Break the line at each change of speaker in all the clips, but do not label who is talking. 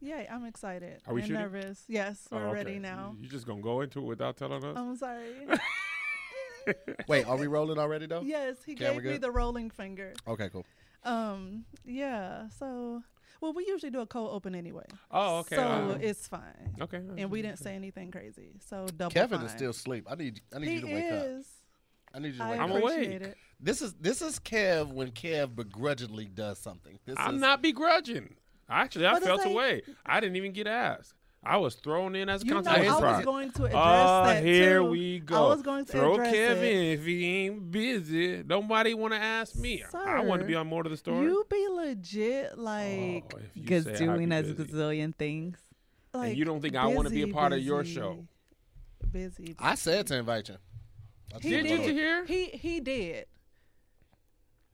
Yeah, I'm excited.
Are we
and
shooting?
nervous. Yes, we're
Oh, okay.
ready now. Oh.
You just gonna go into it without telling us?
I'm sorry.
Wait, are we rolling already though?
yes, he
Camera
gave me
good?
the rolling finger.
Okay, cool.
Um, yeah. So, well, we usually do a cold open anyway.
oh, okay.
So
uh,
it's fine.
okay.
And we didn't say anything crazy. So double.
Kevin
fine.
is still asleep. I need I need
He
you to wake up.
is.
I need you to
I
wake
I'm
up.
awake.
appreciate it.
This is this is Kev when Kev begrudgingly does something. This
I'm
is
not begrudging. Actually, I
But it's
felt
like-
away. I didn't even get asked. I was thrown in as a
You know,
consolation
I
prize.
was going to address
Oh,
that
here
too.
we go.
was going to
Throw
address
Kevin
it.
if he ain't busy. Nobody want to ask me. I want to
Sir,
be on more to the story.
You be legit, like,
Oh, if you
Because
say I'd
doing
be
a
busy.
gazillion things.
like.
you don't think I wanna be a
busy,
part of your
busy,
show?
Busy.
I said to invite you. I
He
Did
told
you
her.
to hear?
He he did.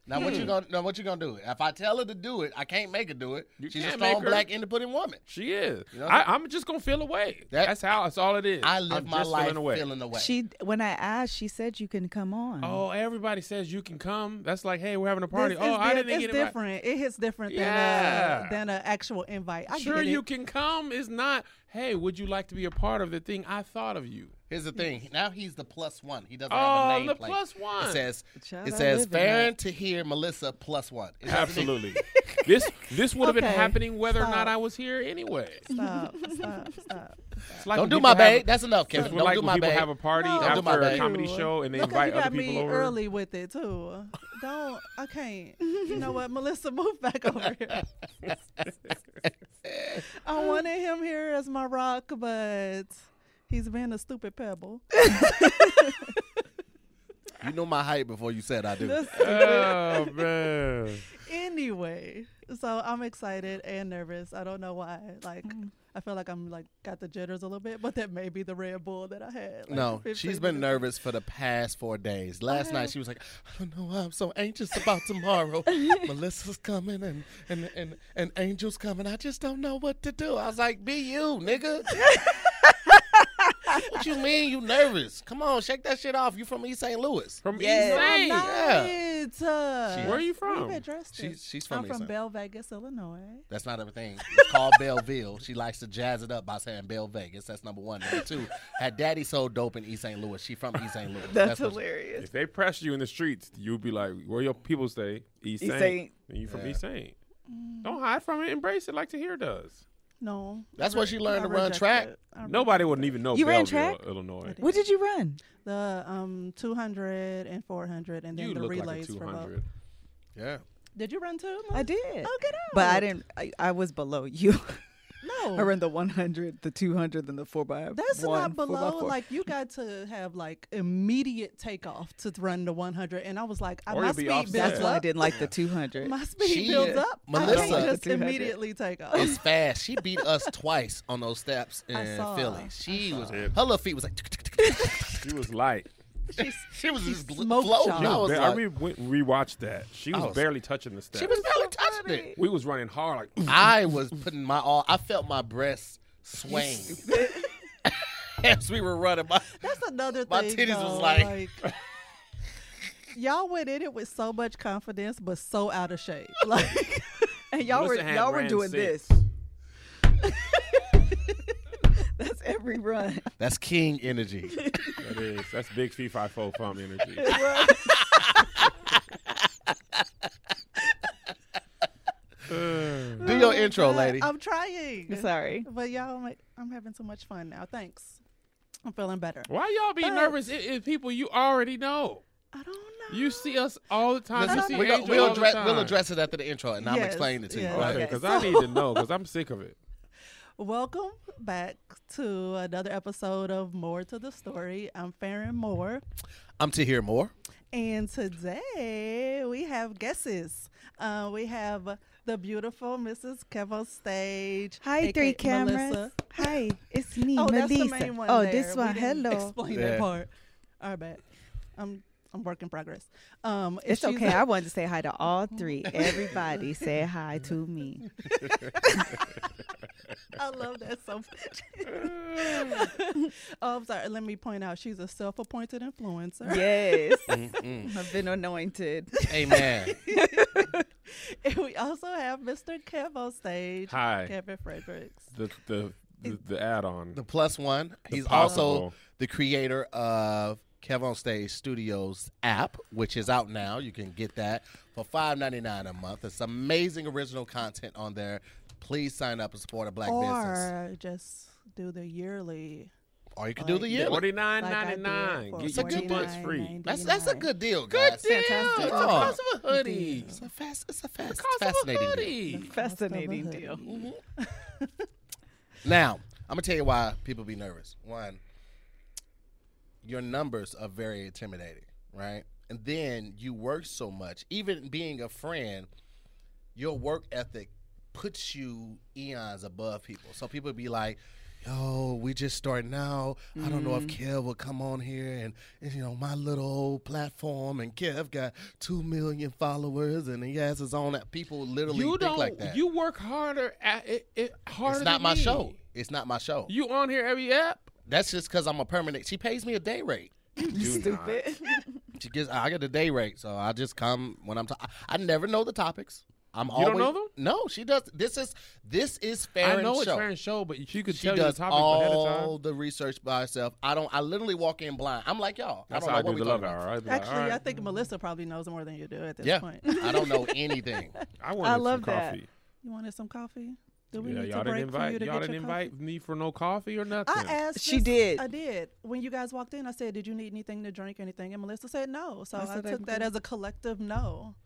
Now what you
Hmm.
gonna now what you gonna do? If I tell her to do it, I can't make her do it.
You
She's a
can't
strong
make her.
black independent woman.
She is.
You know-
I, I'm just gonna feel away.
That-
that's how. That's all it is.
I live
I'm
my
just
life
feeling away.
She when I asked, she said you can come on.
Oh, everybody says you can come. That's like, hey, we're having a party.
This
oh,
is
I
di-
didn't
Mm-hmm. it's
get invited.
different. It hits different
Yeah.
than a, than an actual invite. I
Sure,
get it.
you can come. It's not. Hey, would you like to be a part of the thing? I thought of you.
Here's the thing. Now he's the plus one. He doesn't have a
Oh,
name
the
plate.
plus one.
It says
Child,
it
I
says
live in that.
Farron to hear Melissa plus one. It doesn't even-
Absolutely. this this would have been
Okay,
happening whether or
stop.
not I was here anyway.
Stop, stop, stop.
It's like
Don't
when
do
people
my
have-
babe. That's enough,
It's
Kevin.
when,
Don't
like
do
when
my
people
babe.
have a party
No.
Don't do my
after a
babe.
comedy show and they
Look,
invite
you got
other people
me
over.
early with it too. Don't I can't. You know what, Melissa, move back over here. I wanted him here as my rock, but he's been a stupid pebble.
You know my height before you said I do.
This-
Oh man.
anyway, so I'm excited and nervous. I don't know why. Like. I feel like I'm like got the jitters a little bit, but that may be the Red Bull that I had. like,
no,
15
she's
minutes
been nervous for the past four days. Last night she was like, I don't know why I'm so anxious about tomorrow. Melissa's coming and, and and and Angel's coming. I just don't know what to do. I was like, be you, nigga. what you mean you nervous? Come on, shake that shit off. You from East St. Louis.
From
Yeah.
East St.
Not
Yeah.
it. Uh,
She-
Where are you
We've
from?
addressed it.
She's- she's from
I'm from
Eastside.
Bell Vegas, Illinois.
That's not everything. It's called Belleville. She likes to jazz it up by saying Bell Vegas. That's number one. Number two, her daddy sold dope in East St. Louis. She from East St. Louis.
That's,
what-
hilarious.
If they press you in the streets, you'll be like, where your people stay? East
East
Saint.
Saint.
And you from
Yeah.
East Saint.
Mm.
Don't hide from it. Embrace it like Tahir does.
No.
That's where she learned
I
to run
reject
track.
it. I
Nobody
reject
wouldn't
it.
even know
You ran
Belleville,
track?
Illinois.
did.
What did you run?
The um 200 and 400 and then
You
the
look like a
relays for both.
200.
Yeah.
Did you run too?
I
Melissa?
did.
Oh, get out.
But I didn't. I, I was below you.
No.
I ran the 100, the 200, and the 4 by
That's
one,
not
four by
below.
four.
Like you got to have like immediate takeoff to run the 100, and I was like, I
Or
my
you'd be
speed
offset.
builds
That's why I
up.
didn't like the 200.
My speed
She-
builds up. I
Melissa-
can't just
200.
immediately take off.
It's fast. She beat us twice on those steps in
I saw.
Philly.
I
She was
saw.
her little feet was like
She was light.
She's
she was just gl-
smoked y'all.
floating. I was
I,
like,
re- went, rewatched that. She
I
was,
was-
barely touching the steps.
she was barely touching it.
we was running hard. Like,
I was putting my all. I felt my breasts swaying as we were running. My,
That's another
My
thing.
titties was
though,
like-
like, y'all went in it with so much confidence, but so out of shape. Like,
and y'all
Melissa
were
had
y'all were
ran
doing
six.
this. That's every run.
That's king energy.
that is. That's big fee five four farm energy.
Do your intro,
God,
lady.
I'm trying.
Sorry.
But y'all, I'm, like, I'm having so much fun now. Thanks. I'm feeling better.
Why y'all be
Uh.
But-
nervous? It, it's people you already know.
I don't know.
You see us all the time. you
Listen,
see
we go,
Angel
we'll,
all the
address,
time.
we'll address it after the intro, and I'm
Yes,
explaining it to you.
yes.
Okay,
Okay.
because
so-
I need to know because I'm sick of it.
Welcome back to another episode of More to the Story. I'm Farron Moore.
I'm to hear more.
And today we have guesses. Uh, we have the beautiful Mrs. Kev on stage.
Hi,
aka
three cameras.
Melissa.
Hi, it's me,
Oh,
Melissa.
that's the main one.
oh,
there.
this
We
one.
didn't
Hello.
Explain
Yeah.
that part. Our bad. I'm I'm work in progress. Um, and
It's
she's
okay.
a-
I wanted to say hi to all three. Everybody said hi to me.
I love that so much. oh, I'm sorry. Let me point out she's a self-appointed influencer.
Yes, I've been anointed.
Amen.
and we also have Mr. Kev on stage.
Hi.
Kevin Fredericks.
The the the, the add-on.
The plus one.
The
He's also
possible.
the creator of Kev on Stage Studios app, which is out now. You can get that for five ninety nine a month. It's amazing original content on there. Please sign up and support a black business.
Or just do the yearly.
Or you can do the
Like-
year.
Forty nine
Like I
ninety
did
nine.
for
Get your two months
49.99.
free.
That's that's a good deal,
Good
guys.
deal. It's
fantastic.
the
Oh.
cost of a hoodie.
It's a fast. It's a fast.
Cost of a
fascinating deal.
hoodie.
Fascinating deal.
Now, I'm gonna tell you why people be nervous. One, your numbers are very intimidating, right? And then you work so much. Even being a friend, your work ethic puts you eons above people. So people be like, "Yo, we just starting out. I don't know if
Mm.
Kev will come on here and, and, you know my little old platform. And Kev got two million followers, and he has his own. app." People literally
You
think
don't.
like that.
You work harder. At, it, it harder.
it's not
than
my
me.
show. It's not my show.
You on here every app?
That's just because I'm a permanent. She pays me a day rate.
You stupid.
She gives. I get a day rate, so I just come when I'm. Ta- I I never know the topics. I'm
don't
always.
know them?
No, she does. This is this is fair.
I know it's
show.
fair and show, but she could
She
tell you the
does
topic ahead of
all
time.
the research by herself. I don't. I literally walk in blind. I'm like y'all.
That's
I
how I
don't know
do
what
the
we
love
talking
hour.
about.
I'd be like,
Actually,
all
I
right,
think Melissa probably knows more than you do at this
Yeah,
point.
I don't know anything.
I wanted
I
some
love that.
coffee.
You wanted some coffee? Do we
yeah,
need
y'all
to break
didn't
for you
invite
to
y'all
get
didn't
your coffee?
invite me for no coffee or nothing.
I asked.
She
this-
did.
I did. When you guys walked in, I said, "Did you need anything to drink? Anything?" And Melissa said, "No." So
I
I,
said
took that
everything.
as a collective no.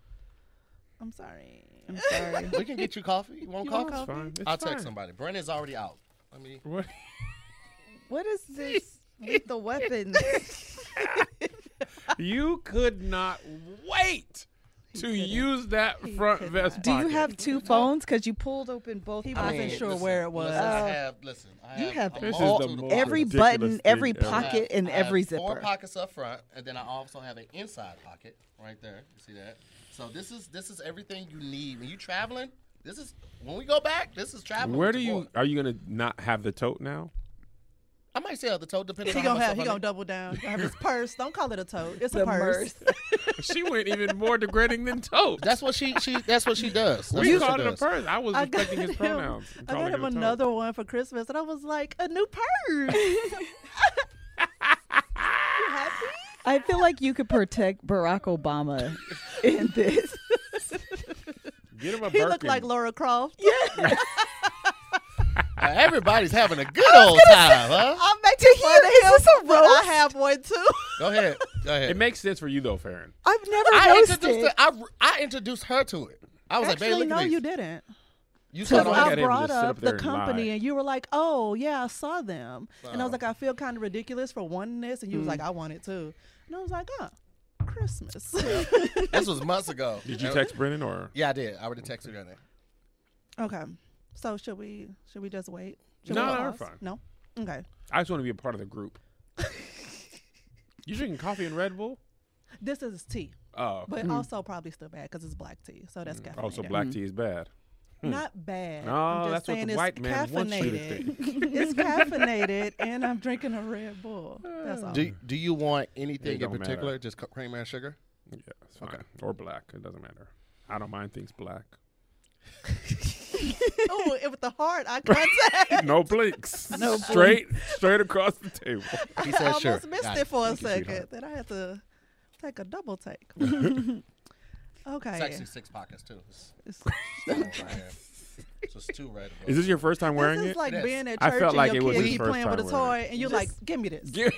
I'm sorry.
I'm sorry.
we can get you coffee. You want
You want
coffee?
it's fine. It's
I'll
fine.
text somebody. Brennan's already out. I mean,
What?
What is this with the weapons?
you could not wait to use that front
could
vest.
Do you
pocket.
have two phones? Because you pulled open both.
He
pockets.
wasn't sure where it was.
Listen, I
Oh.
have. Listen, I
You have
I'm
This is
all
the
through
most
pockets.
Every
ridiculous
button,
thing
every
ever.
I
pocket,
have-
and
I have
every
Four
zipper.
pockets up front, and then I also have an inside pocket right there. You see that? So this is this is everything you need when you traveling. This is when we go back. This is traveling.
Where
with
do
your
you
boy.
are you gonna not have the tote now?
I might say out the toe depending
He
on how
gonna
much
have. He
stuff I
gonna double down. Have his purse. Don't call it a tote. It's
The
a purse.
she went even more degrading than tote.
need. That's what she she. That's what she does. That's
we
what she
called it a
does.
purse. I was
I got
respecting
him.
his pronouns. and
I
calling
got
it
him
a tote.
another one for Christmas, and I was like, a new purse. you happy?
I feel like you could protect Barack Obama in this.
Get him a
He looked
Birkin.
like Laura Croft.
Uh, everybody's having a good old time, huh?
I'm making fun of him.
this a
but I
roast?
have one too.
Go ahead. Go ahead.
It makes sense for you though, Farron.
I've never
I
roasted.
introduced. Her, I I introduced her to it. I was like, babe,
Actually,
look
no,
at these.
you didn't.
You "Oh, saw
Because
it
I
on here.
I
got him to
brought
sit up
up
there
the
and
company,
lie.
and you were like, "Oh yeah, I saw them," and I
Oh.
was like, "I feel kind of ridiculous for wanting this," and you
Mm-hmm.
was like, "I want it too," and I was like, "Oh, Christmas."
This was months ago.
Did you text Brennan or
Yeah, I did. I already texted her that.
okay, so should we should we just wait? Should
No,
we
no, we're
pause?
fine.
No, okay.
I just want to be a part of the group. you drinking coffee and Red Bull?
This is tea,
Oh,
but also probably still bad because it's black tea, so that's caffeinated.
Mm. also
Mm-hmm.
black tea is bad.
Not bad. I'm
No,
just
that's what
saying
the
it's
white man wants you to
caffeinated.
think.
it's caffeinated, and I'm drinking a Red Bull. That's all.
Do Do you want anything in
don't
particular?
matter.
Just c- creamer and sugar.
Yeah, it's fine. Or black. It doesn't matter. I don't mind things black.
Ooh, it with the hard eye contact.
No blinks. no straight, straight across the table.
He
I
said
almost
sure.
missed
Got
it for a
Thank you, sweetheart.
second. Then I had to take a double take.
It's
okay.
actually six pockets too. It's,
It's-
it's right here. so it's two red.
Is this your first time wearing
this is
it?
like
Yes.
being at church
I felt
and
like
your
it was
kid
his
keep
first
playing with a
time wearing
toy, and you're like, "Give me this."
Give-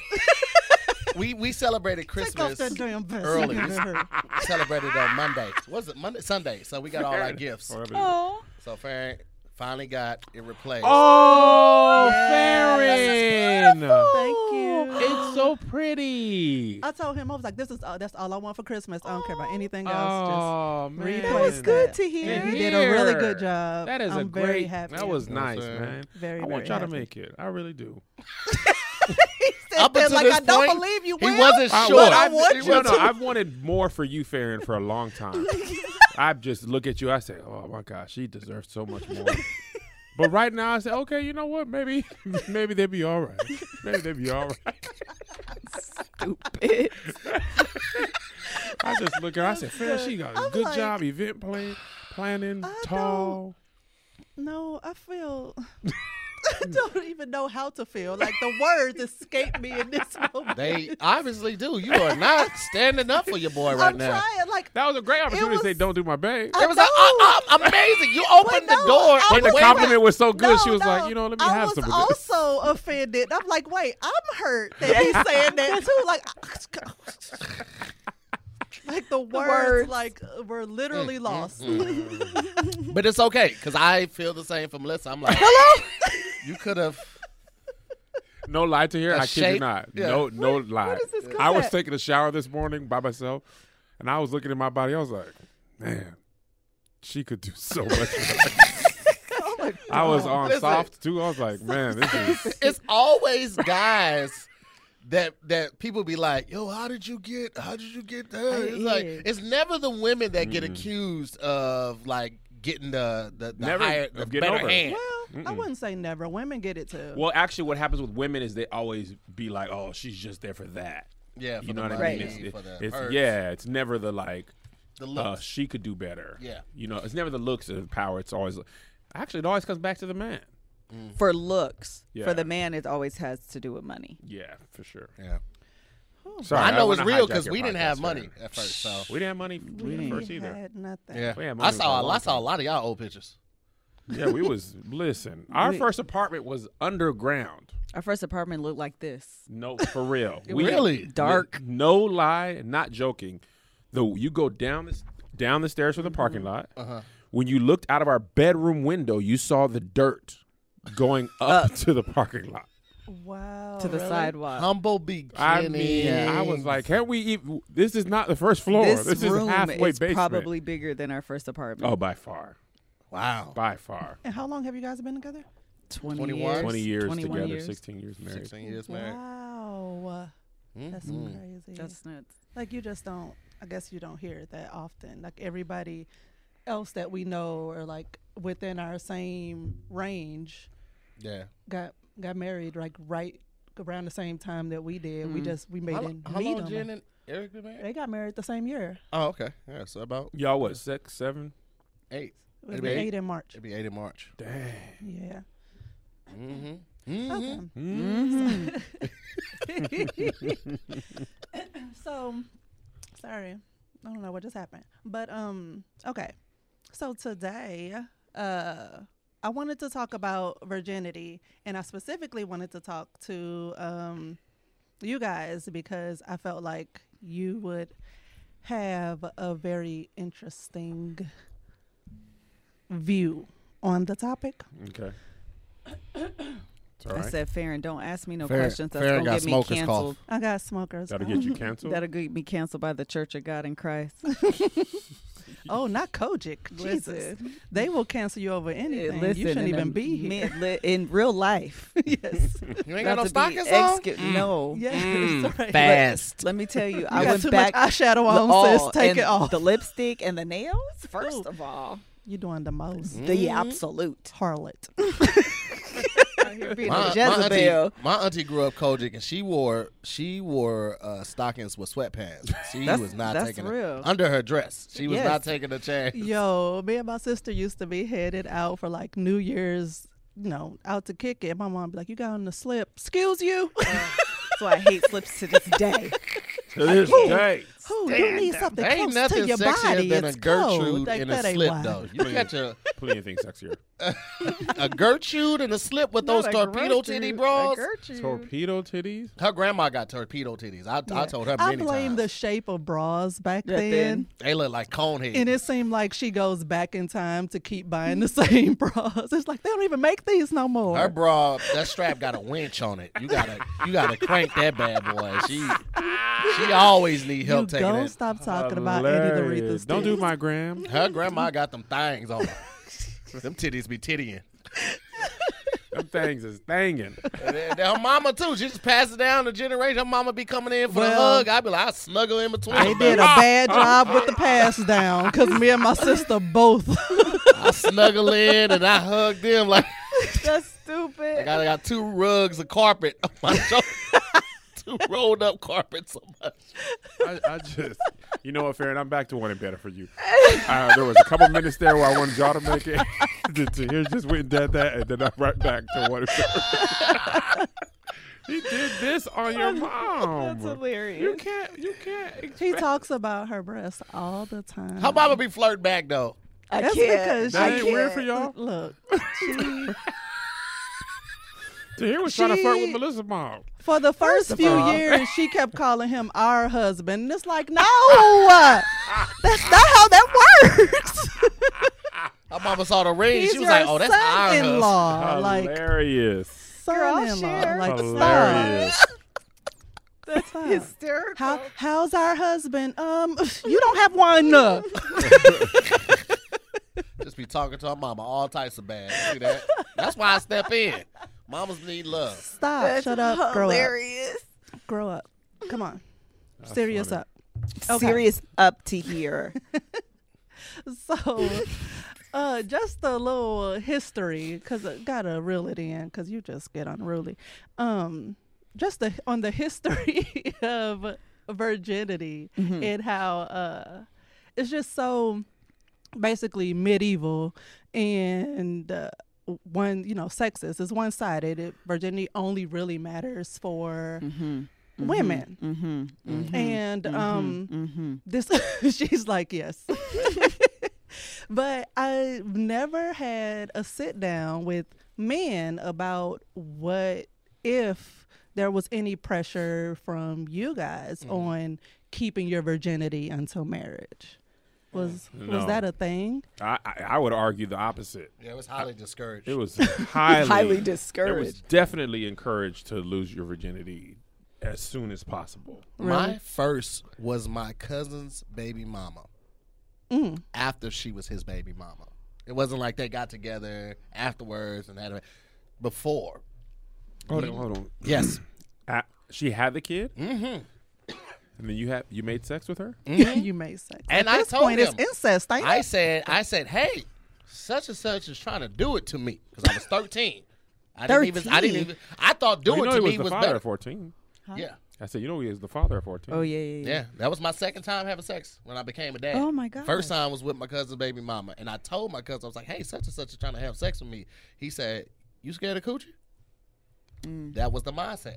we we celebrated
Take off
Christmas
that damn vest.
early. We celebrated on Monday. Was it Monday? Sunday. So we got all our gifts.
Whatever you-
Oh,
So Farron finally got it replaced.
Oh,
Yes.
Farron!
Thank you.
It's so pretty.
I told him I was like, "This is all, that's all I want for Christmas. I don't care about anything else."
Oh man,
read
that was
Yes.
good to
Just."
hear.
And he did a really
Here.
good job.
That is
I'm
a great.
very happy.
That was
You know what
nice,
I'm saying?
man.
Very,
I want
very
y'all to
happy.
make it. I really do.
He said
Up
that
until
like
this
I don't
point,
believe you.
he
Will.
wasn't
I
sure.
want- I-
want
He
you
no,
wasn't-
no, I've wanted more for you, Farron, for a long time. I just look at you. I say, "Oh my gosh, she deserves so much more." but right now, I say, "Okay, you know what? Maybe, maybe they'd be all right. Maybe they'd be all right."
stupid.
I just look at her. I said, Fair, she got a
I'm
good
like-
job, event plan, planning,
I
tall.
No, I feel. I don't even know how to feel. Like the words escape me in this moment.
They obviously do. You are not standing up for your boy right
I'm
now.
trying. Like
That was a great opportunity to say,
was-
don't do my babe.
I
It was like,
know.
uh, uh, amazing. You opened
Well,
the
no,
door.
I
But
and
the
was-
went-
compliment was so good,
No,
she was like,
no,
you know, let me
I
have
was
some of this.
also offended. I'm like, wait, I'm hurt that he's saying that too. Like, like the words,
words.
like were
Mm,
literally lost.
But it's okay because I feel the same for Melissa. I'm like, you could have.
No lie to here,
A
I kid you
shape?
not.
Yeah.
No, no lie.
does this come
I was
at?
taking a shower this morning by myself, and I was looking at my body. I was like, man, she could do so much. better." I was on
Oh Listen.
soft too. I was like, man, this is.
It's always guys that that people be like, yo, how did you get? How did you get that? It's like
is.
it's never the women that get
Mm.
accused of like getting the the, the
Never
higher the
of getting
better
over it.
hand.
Well, I wouldn't say never. Women get it too.
Well, actually, what happens with women is they always be like, "Oh, she's just there for that."
Yeah, for
you know
the
what I
money,
mean?
Right.
It's,
for the
It's
perks,
yeah. It's never the like.
the
Uh,
looks.
she could do better.
Yeah.
You know, it's never the looks or the power. It's always. Actually, it always comes back to the man.
For looks,
Yeah.
for the man, it always has to do with money.
Yeah, for sure.
yeah.
Sorry,
I know
uh, wanna
it's real
hijack
because
your
we didn't
podcast,
have
Farron.
money at first. So
We didn't have money for
We
the first either.
had nothing.
yeah,
We had money
I
for a
saw
long
I saw a
time.
lot of y'all old pictures.
Yeah, we was listen. Our
We-
first apartment was underground.
Our first apartment looked like this.
No, for real.
It
We-
was
Really?
dark.
No lie, not joking. Though you go down this down the stairs from the parking lot.
Uh-huh.
When you looked out of our bedroom window, you saw the dirt going up to the parking lot.
Wow.
to the
really?
sidewalk.
Humble beginning.
I mean, I was like, "Can we? Even, this is not the first floor. This,
this,
is
room
halfway
is
basement.
probably bigger than our first apartment.
oh, by far,
wow.
by far.
And how long have you guys been together?
20
21?
years,
Twenty years
21
together,
years.
sixteen years married. Mm-hmm.
16 years married.
Wow. That's crazy.
That's nuts.
like you just don't i guess you don't hear it that often like everybody else that we know or like within our same range
Yeah.
got got married like right around the same time that we did we just we made
Mm-hmm. How,
it
how
meet
long
'em.
Jen and Eric been married?
they got married the same year
Oh, okay. Yeah, so about
Y'all what? Six, seven?
eight.
it was
It'd be
eight.
eight.
in march
It'd be eight in March.
Dang.
yeah
Mm-hmm.
okay. Mm-hmm. so sorry i don't know what just happened but um okay so today uh i wanted to talk about virginity and i specifically wanted to talk to um you guys because i felt like you would have a very interesting view on the topic
Okay. It's all
I
right.
said, Farron, don't ask me no
Farron-
questions. That's
Farron
going
got
to get me
smoker's cough.
canceled.
i got smokers
That'll get you canceled.
That'll get me canceled by the Church of God in Christ.
Oh, not Kojic. Jesus.
Listen.
They will cancel you over anything.
Listen,
you shouldn't
in
even
a
be here.
mid- li- in real life.
yes.
You ain't got no
Not to be
stockings on?
excu- No.
Yes.
Mm,
right.
Fast. Let me tell you,
You
I
got
went
too
back.
much eyeshadow on,
all,
sis. Take
and
it off.
The lipstick and the nails. First
Ooh.
of all,
You're doing the
Mm.
most.
the absolute.
Harlot.
Out here being
My,
a
my
Jezebel.
auntie, my auntie grew up Kojic, and she wore she wore uh, stockings with sweatpants. She
That's-
was not
that's
taking
real.
A, under her dress. She was
Yes.
not taking a chance.
Yo, me and my sister used to be headed out for like New Year's, you know, out to kick it. My mom be like, You got on the slip. Excuse you.
So I hate slips to this day.
To this day.
Who you need something
There ain't
close
nothing
to your
sexier
body.
than
it's
a Gertrude
cold. Like,
in a
that ain't
slip,
why.
though. You catch a,
Plenty of things sexier.
a Gertrude in a slip with those
Not a
torpedo
Gertrude,
titty
a
bras.
Gertrude.
Torpedo titties.
Her grandma got torpedo titties. I, I told her
I
many
blame the
times.
shape of bras back
Yeah,
then.
then.
they look like cone heads.
And it seemed like she goes back in time to keep buying the same bras. It's like they don't even make these no more.
Her bra, that strap got a winch on it. You gotta, you gotta crank that bad boy. She, she always need help
you
taking
don't
it.
stop talking about any of the Aretha's
Don't do
titties.
my gram.
Her grandma got them things on. her. them titties be tittying.
Them things is thangin'.
And then her mama too. She just passed it down to generation. Her mama be coming in for
Well-
the hug. I be like, I snuggle in between.
They did a bad job with the pass down because me and my sister both.
I snuggle in and I hug them like
That's stupid.
I got, I got two rugs of carpet on my shoulder. to rolled up carpet so much.
I, I just, you know what, Farron, I'm back to wanting better for you. Uh, there was a couple minutes there where I wanted y'all to make it. to, to here just went and did that, and then I'm right back to wanting better. he did this on your mom.
That's hilarious.
you can't, you can't. ex-
She talks about her breasts all the time.
How mama be flirting back though?
I
That's
can't.
because
That
I
ain't
can't.
weird for y'all.
Look,
Tahir was trying to flirt with
She-
Melissa's mom.
for the first,
of
few
all-
years, she kept calling him our husband. And it's like, no, that's not how that works.
Her mama saw the ring.
He's
she was
your
like, "Oh, that's our husband."
son-in-law. Like,
Hilarious.
son-in-law.
share.
Like, stop.
Hilarious.
That's
hysterical.
How how's our husband? Um, you don't have one. uh.
Just be talking to her mama all types of bad. You See that? That's why I step in. Mamas need love.
Stop.
That's
Shut up.
Hilarious.
Grow up. Grow up. Come on. Serious
funny.
up. Okay.
Serious up to here.
So, uh, just a little history, cause I gotta reel it in, cause you just get unruly. Um, just the, on the history of virginity and how uh, it's just so basically medieval and uh, one you know sexist it's one-sided it, virginity only really matters for women
Mm-hmm.
and um this she's like yes but i've never had a sit down with men about what if there was any pressure from you guys
Mm-hmm.
on keeping your virginity until marriage was was
No.
that a thing
I, I, I would argue the opposite.
Yeah, it was highly discouraged.
It was highly,
Highly
It was
discouraged.
definitely encouraged to lose your virginity as soon as possible.
My first was my cousin's baby mama. After she was his baby mama, it wasn't like they got together afterwards and had a before.
Hold on, hold on.
Yes,
Uh, she had the kid, mm-hmm. and then you had you made sex with her.
Mm-hmm.
you made sex
And
At
I
this
told
point
him,
it's incest ain't
Mm-hmm. I
it?
said, I said, hey, such and such is trying to do it to me because I was thirteen. I didn't even. I didn't
13?
even. I thought do
You
it
know
to
he was
me
the
was
father
better.
at fourteen.
Yeah,
I said, you know he is the father at fourteen.
Oh yeah, yeah, yeah.
yeah. That was my second time having sex when I became a dad.
Oh, my gosh.
First time was with my cousin's baby mama, and I told my cousin, I was like, hey, such and such is trying to have sex with me. He said, you scared of coochie?
Mm.
That was the mindset.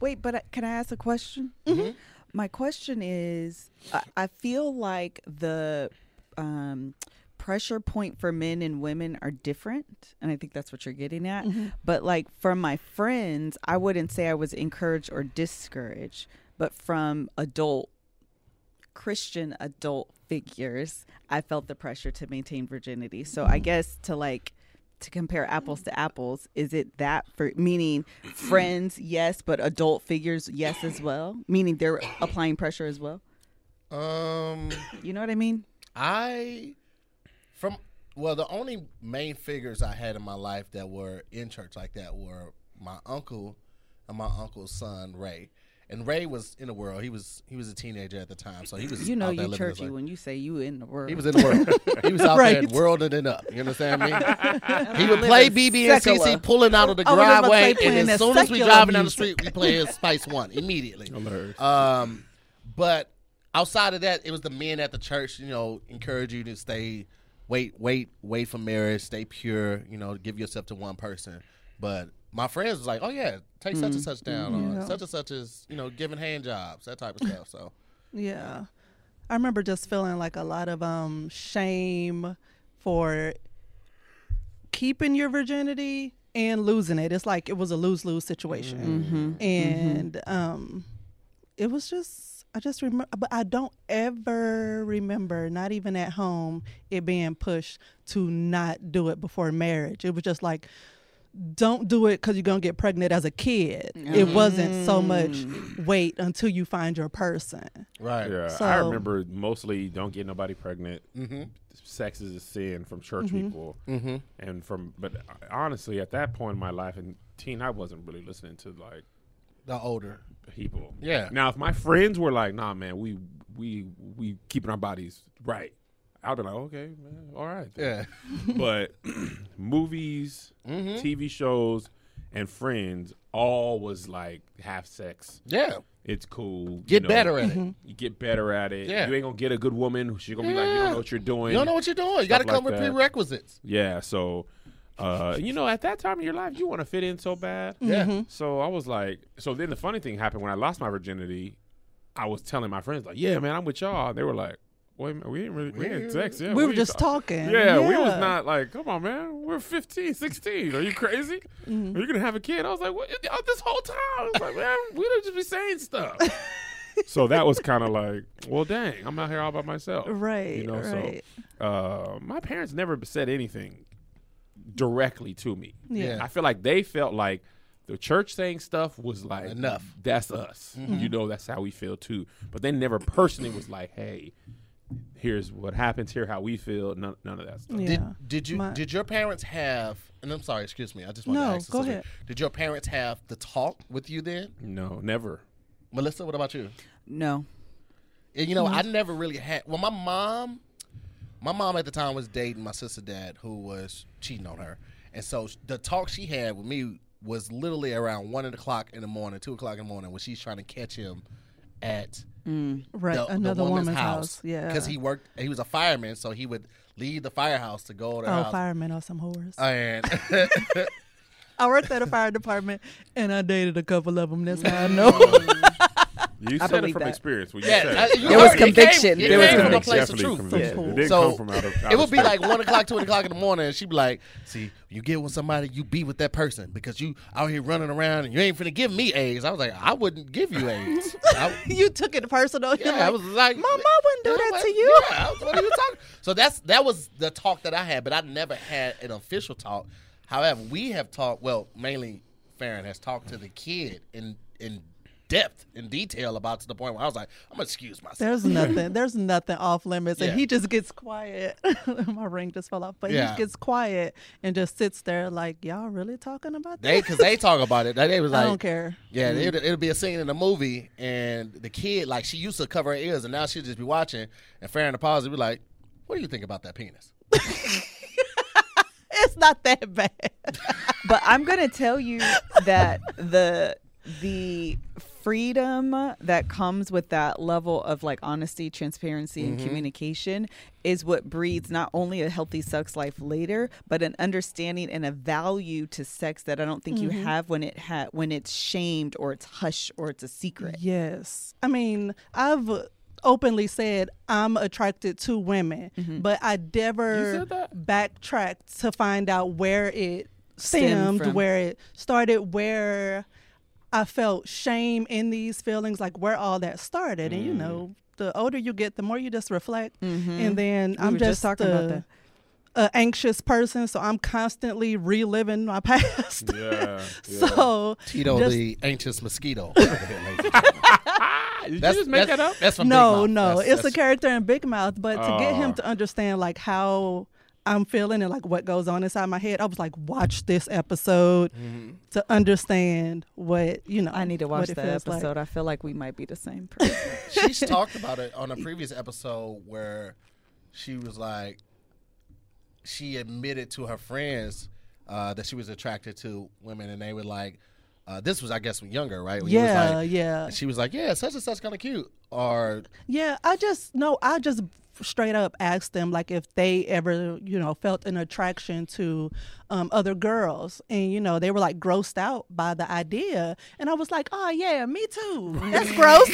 Wait, but I- can I ask a question? Mm-hmm. My question is I, I feel like the um, pressure point for men and women are different. And I think that's what you're getting at. But like from my friends, I wouldn't say I was encouraged or discouraged, but from adult Christian adult figures, I felt the pressure to maintain virginity. So
Mm.
I guess to like to compare apples to apples, is it that for meaning friends, yes, but adult figures, yes as well? Meaning they're applying pressure as well.
Um,
You know what I mean?
I from well, the only main figures I had in my life that were in church like that were my uncle and my uncle's son Ray. And Ray was in the world. He was he was a teenager at the time, so he was
You know
out there
you
living his
churchy
life.
when you say you in the world.
He was in the world. he was out there
Right.
and worlding it up. You understand me? he would play BB and
secular.
CC pulling out of the
I was about to say
driveway,
playing
and
that
as soon as we
secular
driving down the
music.
street, we play his Spice One immediately.
Alert.
Um, but outside of that, it was the men at the church, you know, encourage you to stay, wait, wait, wait for marriage, stay pure, you know, give yourself to one person. But my friends was like, oh yeah, take such and such down, or
Mm-hmm. Yeah.
such and such is, you know, giving hand jobs, that type of stuff. So
Yeah. I remember just feeling like a lot of um shame for keeping your virginity and losing it. It's like it was a lose lose situation. And um it was just I just remember but I don't ever remember, not even at home, it being pushed to not do it before marriage. It was just like don't do it because you're gonna get pregnant as a kid. It wasn't so much wait until you find your person.
right,
Yeah, I
So-
remember mostly don't get nobody pregnant. Sex is a sin from church people, mm-hmm. and from but honestly, at that point in my life and teen, I wasn't really listening to like
the older.
people.
Yeah.
Now, if my friends were like, "Nah, man, we we we keeping our bodies right," I'd be like, "Okay, man, all right." then."
Yeah, Mm-hmm.
But movies, TV shows, and friends all was like have sex.
Yeah.
It's cool. you
Get
know,
better at it.
You get better at it.
Yeah.
You ain't gonna get a good woman. She's gonna be like, you don't
Yeah.
know what you're doing.
You don't know what you're doing. You got to
Stuff
come
like
with
that.
prerequisites.
Yeah, so uh, you know, at that time in your life, you want to fit in so bad.
Yeah.
Mm-hmm.
So I was like, so then the funny thing happened when I lost my virginity. I was telling my friends like, yeah, man, I'm with y'all. They were like, wait, man, we didn't really, we didn't text. Yeah,
we
what
were
you
just
ta-
talking.
Yeah, we was not like, come on, man, we're 15, 16. Are you crazy?
Mm-hmm.
Are you gonna have a kid? I was like, what? y'all This whole time, I was like, man, we don't just be saying stuff. so that was kind of like, well, dang, I'm out here all by myself.
Right.
You know,
right.
so uh, my parents never said anything directly to me.
yeah.
I feel like they felt like the church saying stuff was like
Enough. Mm-hmm.
That's us. You know, that's how we feel too. But they never personally was like, hey, here's what happens. Here how we feel. None, none of that stuff.
Yeah.
Did did you
My-
did your parents have? And I'm sorry, excuse me. I just want
No,
to ask. this
go
something.
ahead.
Did your parents have the talk with you then,
No, never.
Melissa? What about you?
No.
And, you know,
Mm-hmm.
I never really had. Well, my mom, my mom at the time was dating my sister dad who was cheating on her, and so sh- the talk she had with me was literally around one o'clock in the morning, two o'clock in the morning, when she's trying to catch him at
Right.
the, the
Another woman's, house. Yeah.
because he worked. He was a fireman, so he would leave the firehouse to go to
Oh,
her house.
firemen are some whores.
uh, And
I worked at a fire department and I dated a couple of them. That's how I know.
You
I
said it
believe
from
that.
experience. When you
yeah,
said
I-
it.
you
There was
it came-
conviction.
It
There
came,
was
from a
conviction.
place of truth.
conviction.
cool.
It didn't
So,
come from out of. out
It would
of
be
space.
like one o'clock, two o'clock in the morning, and she'd be like, "See, you get with somebody, you be with that person because you out here running around and you ain't finna give me AIDS." I was like, "I wouldn't give you AIDS." I,
you took it personal.
yeah,
You're
I
like,
was like,
"My mom wouldn't do
Yeah,
that
what-
to you."
Yeah, I was- what are you talking? So that's that was the talk that I had, but I never had an official talk. However, we have talked. Well, mainly Farron has talked to the kid in in depth, in detail about to the point where I was like, "I'm gonna excuse myself."
There's nothing. There's nothing off limits,
Yeah.
and he just gets quiet. My ring just fell off, but
Yeah.
he gets quiet and just sits there like, "Y'all really talking about that?"
They, cause they talk about it. They they was
I
like,
don't care. Mm-hmm.
Yeah, it'll, it'll be a scene in the movie, and the kid, like, she used to cover her ears, and now she'll just be watching, and Farron the pause and be like, What do you think about that penis?
It's not that bad.
but I'm gonna tell you that the the freedom that comes with that level of like honesty, transparency,
Mm-hmm.
and communication is what breeds not only a healthy sex life later, but an understanding and a value to sex that I don't think
Mm-hmm.
you have when it ha- when it's shamed or it's hushed or it's a secret.
Yes. I mean, I've openly said I'm attracted to women,
Mm-hmm.
but I never
You said that?
backtracked to find out where it
Stemmed
stemmed,
from.
where it started, where I felt shame in these feelings, like where all that started. And you know,
Mm.
the older you get, the more you just reflect. And then I'm
Mm-hmm. were
just,
just talking about
a-
that.
a anxious person, so I'm constantly reliving my past.
Yeah. yeah.
so
Tito,
Just-
the ancient mosquito.
Ah, did you just make that up?
That's from
no,
Big Mouth.
no,
That's-
it's a
that's-
character in Big Mouth. But to get him
Oh.
to understand like how I'm feeling and like what goes on inside my head, I was like, watch this episode
Mm-hmm.
to understand what you know.
I need to
what
watch
it
that
feels like.
episode. I feel like we might be the same person.
She's talked about it on a previous episode where she was like, she admitted to her friends uh, that she was attracted to women, and they were like, uh, this was, I guess, when younger, right? When you was
Yeah,
like-
yeah,
She was like, "Yeah, such and such kind of cute," or
yeah. I just no, I just straight up asked them like if they ever you know felt an attraction to um, other girls and you know they were like grossed out by the idea and i was like oh yeah me too that's gross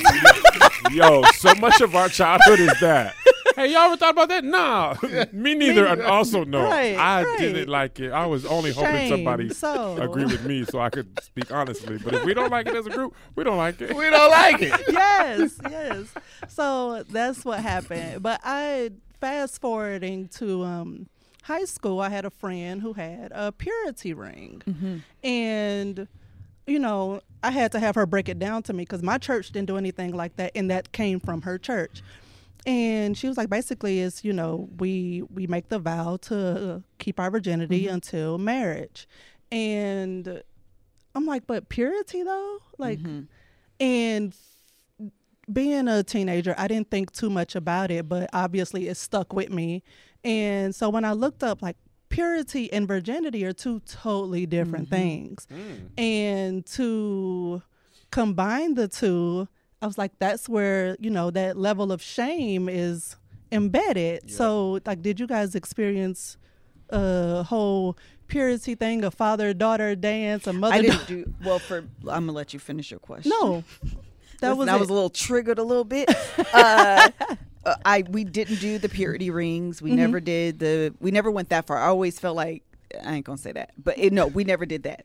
Yo, so much of our childhood is that. Hey, y'all ever thought about that? Nah, me neither. And also, no,
Right,
I
right.
didn't like it. I was only hoping
Shame.
somebody
So-
agreed with me so I could speak honestly. But if we don't like it as a group, we don't like it.
we don't like it.
yes, yes. So that's what happened. But I fast forwarding to um, high school, I had a friend who had a purity ring, and you know I had to have her break it down to me because my church didn't do anything like that, and that came from her church. And she was like, basically, it's you know we we make the vow to keep our virginity until marriage, and I'm like, but purity though, like, and f- being a teenager, I didn't think too much about it, but obviously it stuck with me. And so when I looked up like purity and virginity are two totally different things. And to combine the two, I was like, that's where, you know, that level of shame is embedded. So, like, did you guys experience a whole purity thing, a father daughter dance, a mother?
I didn't do well for. I'm gonna let you finish your question.
No. That
Listen,
was,
I was
it.
a little triggered a little bit. uh, uh, I we didn't do the purity rings. We never did the. We never went that far. I always felt like I ain't gonna say that, but it, no, we never did that.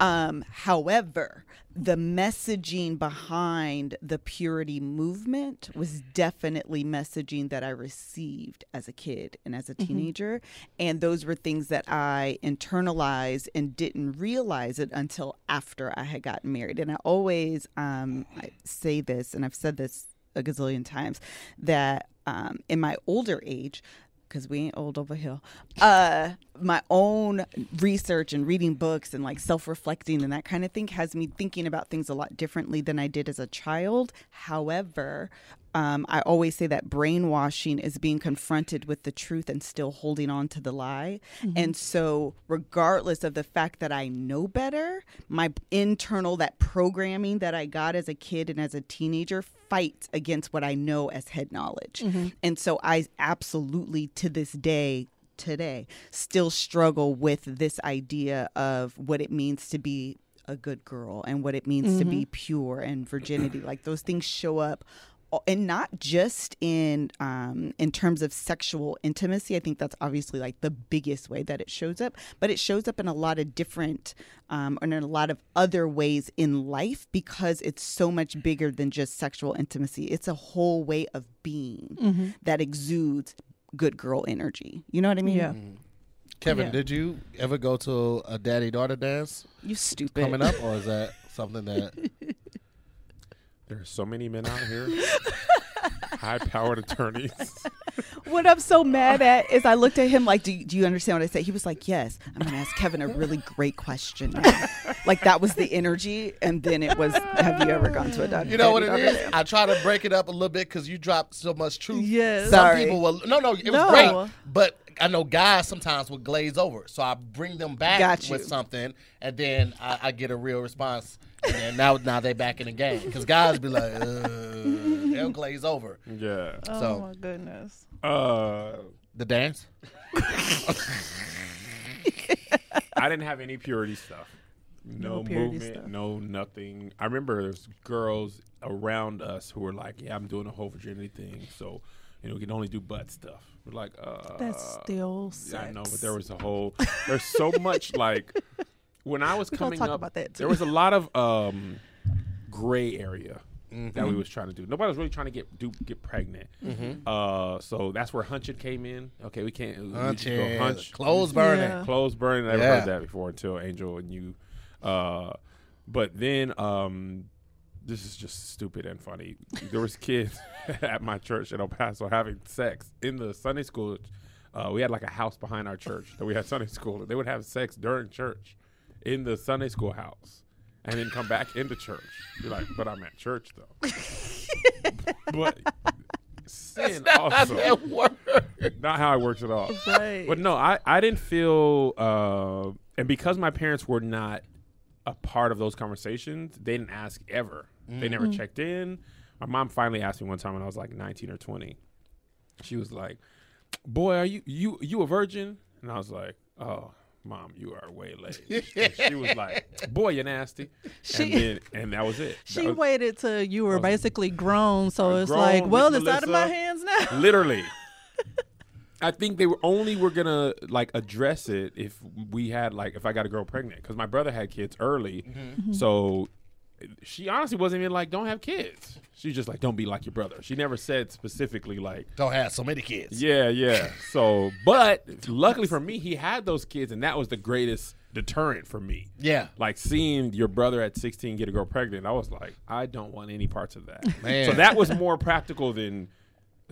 Um, however, the messaging behind the purity movement was definitely messaging that I received as a kid and as a teenager, and those were things that I internalized and didn't realize it until after I had gotten married. And I always um, I say this, and I've said this a gazillion times that um, in my older age, because we ain't old over here, uh, my own research and reading books and like self reflecting and that kind of thing has me thinking about things a lot differently than I did as a child. However, um, I always say that brainwashing is being confronted with the truth and still holding on to the lie. And so, regardless of the fact that I know better, my internal, that programming that I got as a kid and as a teenager fights against what I know as head knowledge. And so, I absolutely to this day today still struggle with this idea of what it means to be a good girl and what it means to be pure and virginity like those things show up a- and not just in um, in terms of sexual intimacy i think that's obviously like the biggest way that it shows up but it shows up in a lot of different um, and in a lot of other ways in life because it's so much bigger than just sexual intimacy it's a whole way of being that exudes good girl energy you know what i mean
Yeah.
Kevin,
Yeah.
did you ever go to a daddy daughter dance
you stupid
coming up, or is that something that
There are so many men out here. High powered attorneys.
What I'm so mad at is I looked at him like, do you, do you understand what I said? He was like, yes. I'm going to ask Kevin a really great question. now." like, that was the energy. And then it was, have you ever gone to a doctor?
you know what it is? I try to break it up a little bit because you dropped so much truth.
Yes.
Some
Sorry.
people will. No, no, it was
No.
great. But I know guys sometimes will glaze over, so I bring them back
Got you.
with something, and then I, I get a real response. And then now, now they back in the game because guys be like, uh, they'll glaze over.
Yeah.
Oh
So-
my goodness.
Uh,
The dance.
I didn't have any purity stuff. No,
No purity
movement,
stuff.
no nothing. I remember there's girls around us who were like, "Yeah, I'm doing the whole virginity thing, so you know we can only do butt stuff." We're like, uh,
That's still sex.
yeah, I know, but there was a whole. There's so much like when I was
We gonna
coming
talk
up.
about that,
There
too.
was a lot of um, gray area that
Mm-hmm.
we was trying to do. Nobody was really trying to get do get pregnant. Uh, so that's where hunching came in. Okay, we can't we just go
Hunching,
hunch
clothes burning.
Yeah.
clothes burning. I never
Yeah.
heard that before until Angel and you. Uh, but then um, this is just stupid and funny. There was kids at my church in El Paso having sex in the Sunday school. Uh, we had like a house behind our church that we had Sunday school. They would have sex during church in the Sunday school house. And then come back into church. You're like, but I'm at church though. but sin also
That worked.
not how it works at all.
Right.
But no, I, I didn't feel, uh, and because my parents were not a part of those conversations, they didn't ask ever. They never
Mm-hmm.
checked in. My mom finally asked me one time when I was like 19 or 20. She was like, "Boy, are you you you a virgin?" And I was like, "Oh, mom, you are way late." And she was like, "Boy, you're nasty."
She-
and, then, and that was it.
She
That was-
waited till you were basically grown, so
I'm
it's
grown,
like,
Miss
well, it's out of my
Melissa.
hands now.
literally i think they were only were gonna like address it if we had like if i got a girl pregnant because my brother had kids early so she honestly wasn't even like don't have kids she's just like don't be like your brother she never said specifically like
Don't have so many kids.
yeah yeah so but luckily for me he had those kids and that was the greatest deterrent for me
Yeah.
like seeing your brother at 16 get a girl pregnant i was like i don't want any parts of that
Man.
so that was more practical than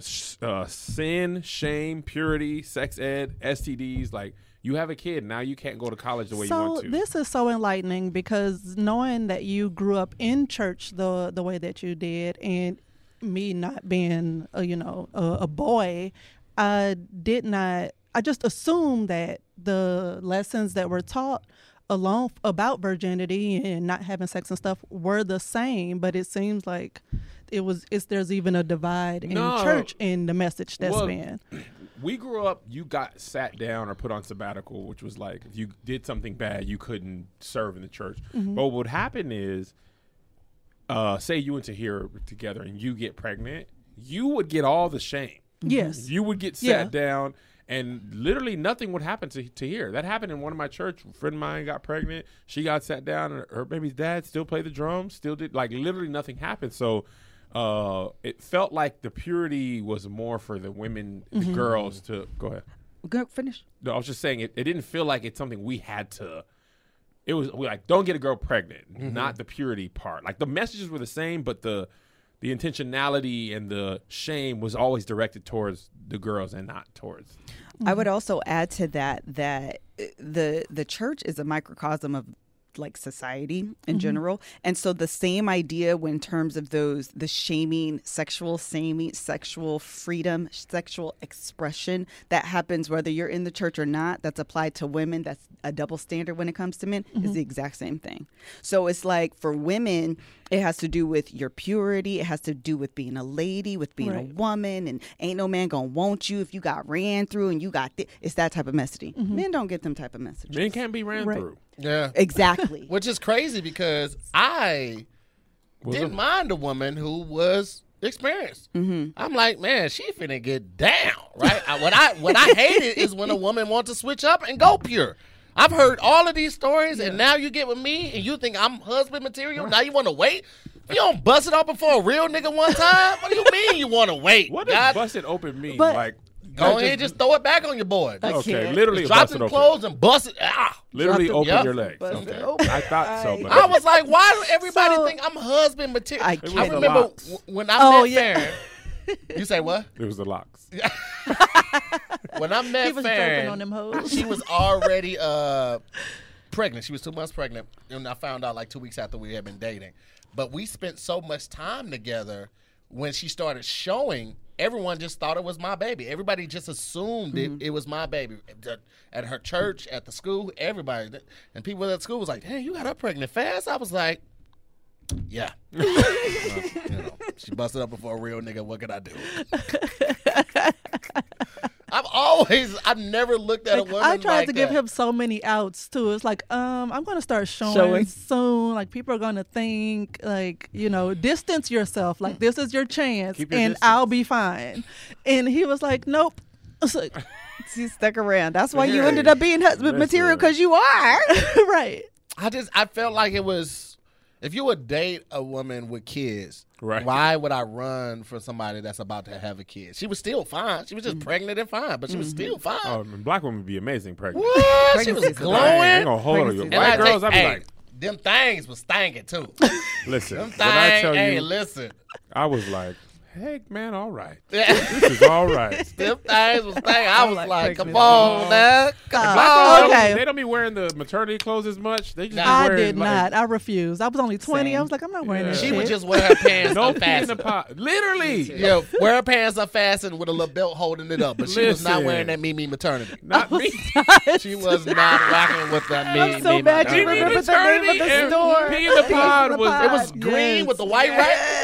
sh- uh, sin shame purity sex ed stds like you have a kid now you can't go to college the way you
So
want to
this is so enlightening because knowing that you grew up in church the the way that you did, and me not being, a, you know, a, a boy, I did not. I just assumed that the lessons that were taught along about virginity and not having sex and stuff were the same, but it seems like it was it's there's even a divide in
No.
church in the message that's
Well,
being.
we grew up you got sat down or put on sabbatical which was like if you did something bad you couldn't serve in the church but what would happen is uh say you and Tahir were together and you get pregnant you would get all the shame
Yes.
you would get sat
Yeah.
down and literally nothing would happen to Tahir that happened in one of my church a friend of mine got pregnant she got sat down and her baby's dad still played the drums still did like literally nothing happened so uh, it felt like the purity was more for the women, the
Mm-hmm.
girls to go ahead.
Go finish.
No, I was just saying it, it didn't feel like it's something we had to. It was we like don't get a girl pregnant,
Mm-hmm.
not the purity part. Like the messages were the same, but the the intentionality and the shame was always directed towards the girls and not towards.
I would also add to that that uh, the the church is a microcosm of like society in general, and so the same idea when terms of those the shaming, sexual shaming, sexual freedom, sexual expression that happens whether you're in the church or not. That's applied to women. That's a double standard when it comes to men. Is the exact same thing. So it's like for women, it has to do with your purity. It has to do with being a lady, with being a
Right.
woman and ain't no man gonna want you if you got ran through and you got thi- it's that type of messaging. Men don't get them type of messages.
Men can't be ran
Right.
through.
Yeah.
Exactly.
Which is crazy because I didn't mind a woman who was experienced.
Mm-hmm.
I'm like, man, she finna get down, right? I, what I what I hated is when a woman wants to switch up and go pure. I've heard all of these stories, and now you get with me and you think I'm husband material. Now you want to wait? You don't bust it off before a real nigga one time? What do you mean you want to wait?
What does
God,
busted open mean?
But-
like
go ahead, just throw it back on your boy. Just
okay,
can't.
literally
drop
busted
them
open.
clothes and bust it. Ah.
Literally
Drop
open
them- yeah.
your legs.
Busted
Okay.
open.
I thought so, but
I was like, why do everybody
So-
think I'm husband material? I,
I It
was the
remember
locks.
w- when I
Oh,
met
yeah.
Farron. You say what?
it was the locks.
When I met
He was
Farron,
joking on them hoes.
she was already uh, pregnant. She was two months pregnant, and I found out like two weeks after we had been dating. But we spent so much time together. When she started showing, everyone just thought it was my baby. Everybody just assumed
Mm-hmm.
it, it was my baby. At- At her church, at the school, everybody, and people at school was like, "Hey, you got her pregnant fast." I was like, "Yeah." Well, you know, she busted up before a real nigga. What could I do? I've always, I've never looked at a woman.
I tried
like
to give
that.
him so many outs too. It's like, um, I'm gonna start showing,
Showing.
soon. Like people are gonna think, like you know, distance yourself. Like this is your chance,
Keep your
and
distance.
I'll be fine. And he was like, nope. I was like,
you stuck around. That's why you
Hey,
ended up being
listen.
husband material because you are.
right.
I just I felt like it was if you would date a woman with kids,
Right.
why would I run for somebody that's about to have a kid? She was still fine. She was
Mm.
just pregnant and fine, but she was
Mm-hmm.
still fine.
Oh, I mean, black women would be amazing pregnant.
What? She was
Pregnancy's a
glowing.
Dang, they gonna hold
Pregnancy
you.
is
And I
White girls,
take-
I'd be
hey,
like,
them things was stinking too.
listen.
Them
When
things,
I tell
hey,
you,
listen.
I was like, heck, man, all right.
them
This is all right.
things was stinking. I was
like
like, come
pregnancy.
on, man. Come
God.
Black
on.
girls don't-
Oh, okay.
They don't be wearing the maternity clothes as much. They just be
I
wearing,
did
like,
not. I refused. I was only 20. I
Same.
was like, I'm not wearing
Yeah.
that
She
shit.
would just wear her pants
No pee in the
unfastened.
pot. Literally.
Yeah, wear her pants unfastened with a little belt holding it up, but she was not
Listen.
wearing that Mimi maternity.
Not me.
She was not rocking with that meat.
I'm so mad you
Mimi
remember the name
maternity
of the
and
store.
Pee in the pod was.
pod.
It was green
Yes.
with the white right.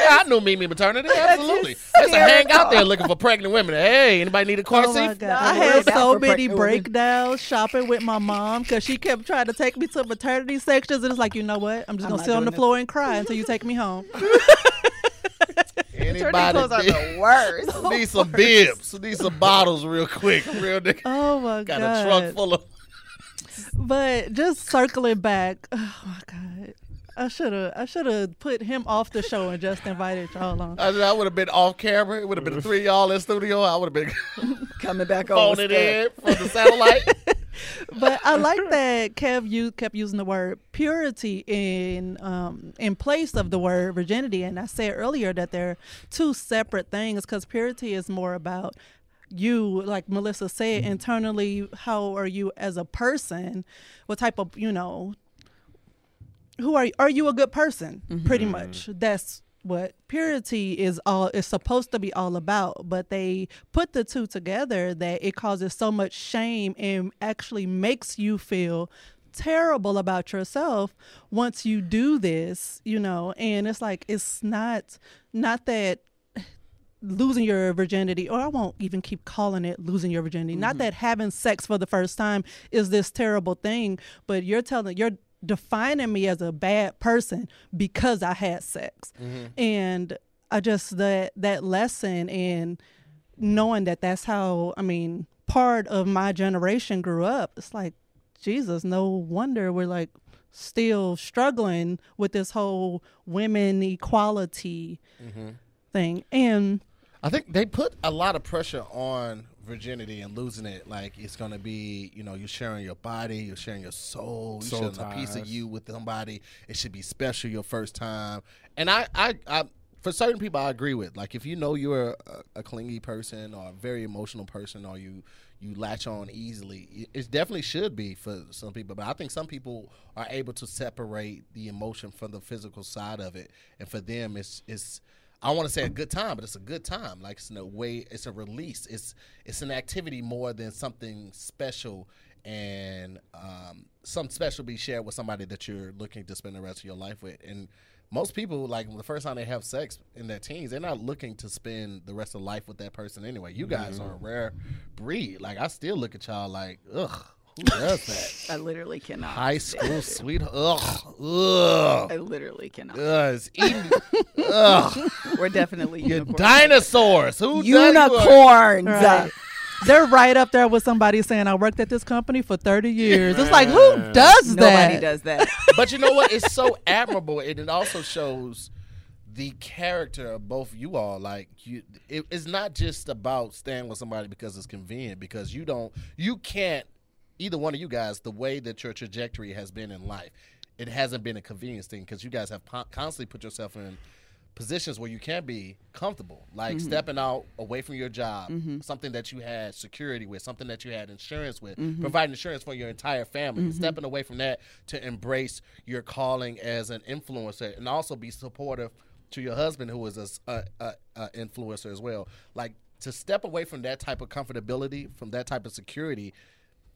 Yeah, I knew Mimi maternity. Absolutely. I used to hang out there looking for pregnant women. Hey, anybody need a car
Oh my
seat?
God. I
Don't worry
had
about
so
for
many
pregnant women.
breakdowns shopping with my mom because she kept trying to take me to maternity sections. And it's like, you know what? I'm just going
I'm not
to sit on
doing
the
it.
floor and cry until you take me home.
Maternity clothes are
Anybody need,
the worst.
need some bibs? Need some bottles real quick. Real nigga.
Oh my
Got
God.
a trunk full of.
But just circling back, oh my God. I should have I should have put him off the show and just invited y'all on.
I, I would have been off camera. It would have been three of y'all in studio. I would have been
Coming back on.
phoning in from the satellite.
but I like that Kev you kept using the word purity in um, in place of the word virginity, and I said earlier that they're two separate things because purity is more about you, like Melissa said, internally. How are you as a person? What type of you know? Who are you? Are you a good person? Pretty much. That's what purity is all is supposed to be all about, but they put the two together that it causes so much shame and actually makes you feel terrible about yourself once you do this, you know, and it's like it's not not that losing your virginity or I won't even keep calling it losing your virginity. Not that having sex for the first time is this terrible thing, but you're telling you're defining me as a bad person because I had sex. And I just that that lesson and knowing that that's how I mean part of my generation grew up. It's like Jesus, no wonder we're like still struggling with this whole women equality thing. And
I think they put a lot of pressure on virginity and losing it. Like it's gonna be, you know, you're sharing your body, you're sharing your soul, you
Soul
sharing a piece of
ties.
you with somebody. It should be special your first time. And I, I, I for certain people, I agree with. Like if you know you're a, a clingy person or a very emotional person, or you you latch on easily, it- it definitely should be for some people. But I think some people are able to separate the emotion from the physical side of it, and for them, it's it's. I want to say a good time, but it's a good time. Like it's in a way, it's a release. It's it's an activity more than something special, and um, some special be shared with somebody that you're looking to spend the rest of your life with. And most people, like the first time they have sex in their teens, they're not looking to spend the rest of life with that person anyway. You guys are a rare breed. Like I still look at y'all like, ugh, who does that?
I literally cannot.
High school sweetheart, ugh, ugh.
I literally cannot.
Ugh, it's eating. Ugh,
We're definitely unicorn.
dinosaurs. Who does- you are-
unicorns.
Right. they're right up there with somebody saying, I worked at this company for 30 years. It's like, who does that?
Nobody does that.
but you know what? It's so admirable, and it also shows the character of both you all. Like you, it, it's not just about staying with somebody because it's convenient. Because you don't, you can't. Either one of you guys, the way that your trajectory has been in life, it hasn't been a convenience thing because you guys have po- constantly put yourself in positions where you can be comfortable, like stepping out away from your job, something that you had security with, something that you had insurance with, providing insurance for your entire family, stepping away from that to embrace your calling as an influencer and also be supportive to your husband who is a, s- a- a- a influencer as well. Like to step away from that type of comfortability, from that type of security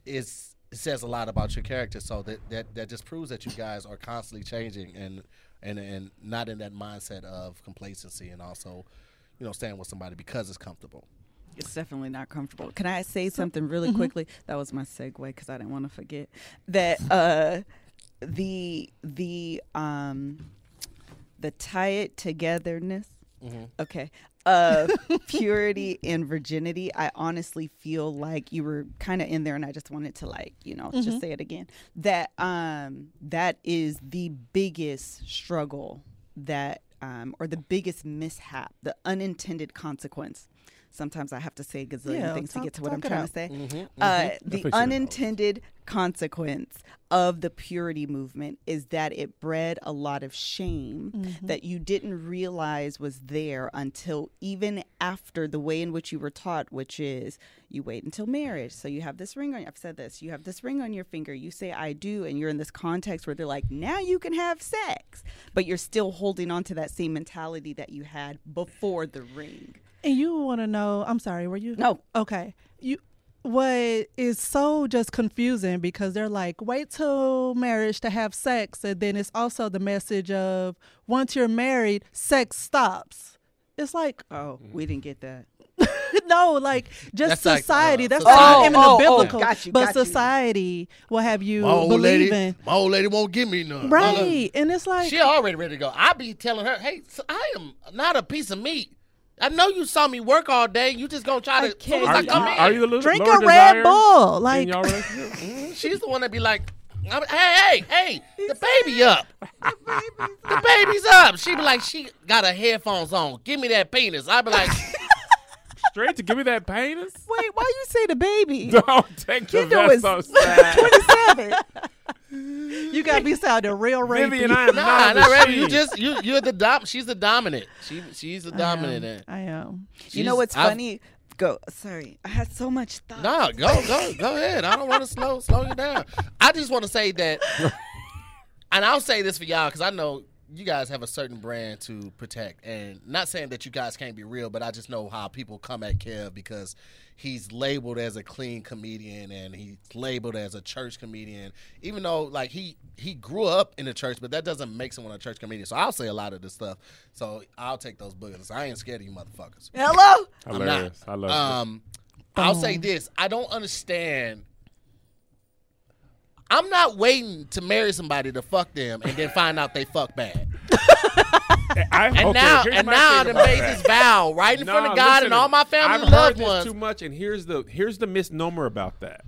is it says a lot about your character. So that, that that just proves that you guys are constantly changing and and and not in that mindset of complacency and also, you know, staying with somebody because it's comfortable.
It's definitely not comfortable. Can I say something really quickly? That was my segue because I didn't want to forget that uh, the the um, the tie it togetherness.
Mm-hmm.
Okay. Of purity and virginity, I honestly feel like you were kind of in there, and I just wanted to like you know
Mm-hmm.
just say it again that um that is the biggest struggle that um or the biggest mishap, the unintended consequence. Sometimes I have to say a gazillion
Yeah,
things
talk-
to get to what
talk
I'm
it
trying
out.
to say. Uh, the
fixing it.
unintended consequence of the purity movement is that it bred a lot of shame that you didn't realize was there until even after the way in which you were taught, which is you wait until marriage. So you have this ring on. I've said this. You have this ring on your finger. You say I do, and you're in this context where they're like, now you can have sex, but you're still holding on to that same mentality that you had before the ring.
And you want to know? I'm sorry. Were you?
No.
Okay. You. What is so just confusing because they're like, wait till marriage to have sex, and then it's also the message of once you're married, sex stops. It's like,
Oh, we didn't get that.
no, like just
That's like, uh,
society. That's
society.
not even
Oh, oh, oh,
a biblical,
got you,
but
got you.
society will have you
My old
believing,
lady, my old lady won't give me none.
right? And it's like,
She already ready to go. I be telling her, hey, s- I am not a piece of meat. I know you saw me work all day. You just gonna try to. Soon as
Are
I
you,
come in,
are you the little
drink
lower
a Red
desire
Bull,
in
like
y'all relationship?
She's the one that be like, I'm, hey, hey, hey, the baby up. the baby's up. She be like, she got her headphones on. Give me that penis. I be like,
Straight to give me that penis?
Wait, why you say the baby?
Don't take the
Kendall is
vest off. Sad.
Twenty-seven.
you gotta be sounding real rapey.
Vivian, I am
nah,
not,
not ready.
machine.
You just you you're the dom. She's the dominant. She she's the dominant. in it.
I am.
You know
She's-
what's
I've-
funny? Go. Sorry, I had so much thought.
Nah, go go go ahead. I don't want to slow slow you down. I just want to say that, and I'll say this for y'all because I know you guys have a certain brand to protect, and not saying that you guys can't be real, but I just know how people come at Kev because he's labeled as a clean comedian and he's labeled as a church comedian, even though like he he grew up in the church, but that doesn't make someone a church comedian. So I'll say a lot of this stuff. So I'll take those boogers. I ain't scared of you motherfuckers.
Hello.
I'm not.
Hilarious. I love it.
Um, I'll say this: I don't understand. I'm not waiting to marry somebody to fuck them and then find out they fuck bad.
I,
And
okay,
now,
here's
and
my thing
now, they
about
made
that.
this vow right in front
Nah,
of God
listen
and
to
all
me.
my family
I've
and loved
heard
ones.
This too much, and here's the here's the misnomer about that.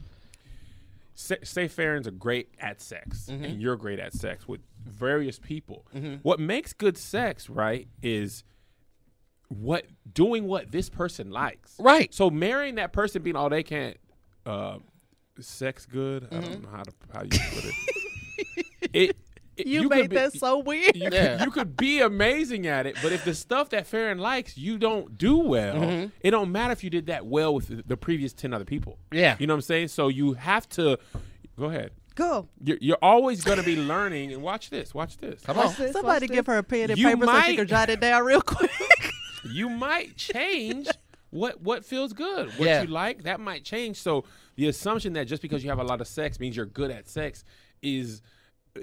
Sa- Say Farron's are great at sex,
Mm-hmm.
and you're great at sex with various people. What makes good sex, right, is what doing what this person likes.
Right.
So marrying that person being all they can't uh, sex good. I don't
Mm-hmm.
know how to how you put it. it, it-
You,
could
made
be-
that so weird.
you,
Yeah.
could, you could be amazing at it, but if the stuff that Farron likes you don't do well,
Mm-hmm.
it don't matter if you did that well with the- the previous ten other people.
Yeah.
you know what I'm saying. So you have to go ahead.
Go.
You're, you're always going to be learning. And watch this. Watch this.
Come on.
Somebody give her a pen and
You
paper so she
might-
can jot it down real quick.
you might change what what feels good, what
Yeah.
you like. That might change. So the assumption that just because you have a lot of sex means you're good at sex is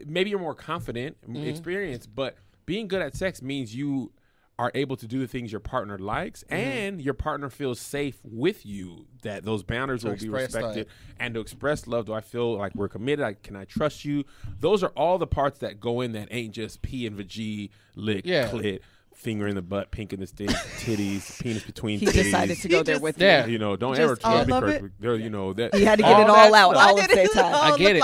maybe you're more confident, m-
Mm-hmm.
experienced, but being good at sex means you are able to do the things your partner likes
Mm-hmm.
and your partner feels safe with you that those boundaries will be
express that.
respected and to express love do i feel like we're committed I, can i trust you those are all the parts that go in that ain't just p and the g lick
Yeah.
clit finger in the butt, pink in the stick, titties, penis between
He
titties.
decided to go there
just-
with
Yeah.
me.
You know, don't
Just
ever
all
try to be
of
perfect.
it?
There, you know that.
He had to get it
All
all
that-
out
Why
all
did
at the same
it
time.
all
I get
look
it.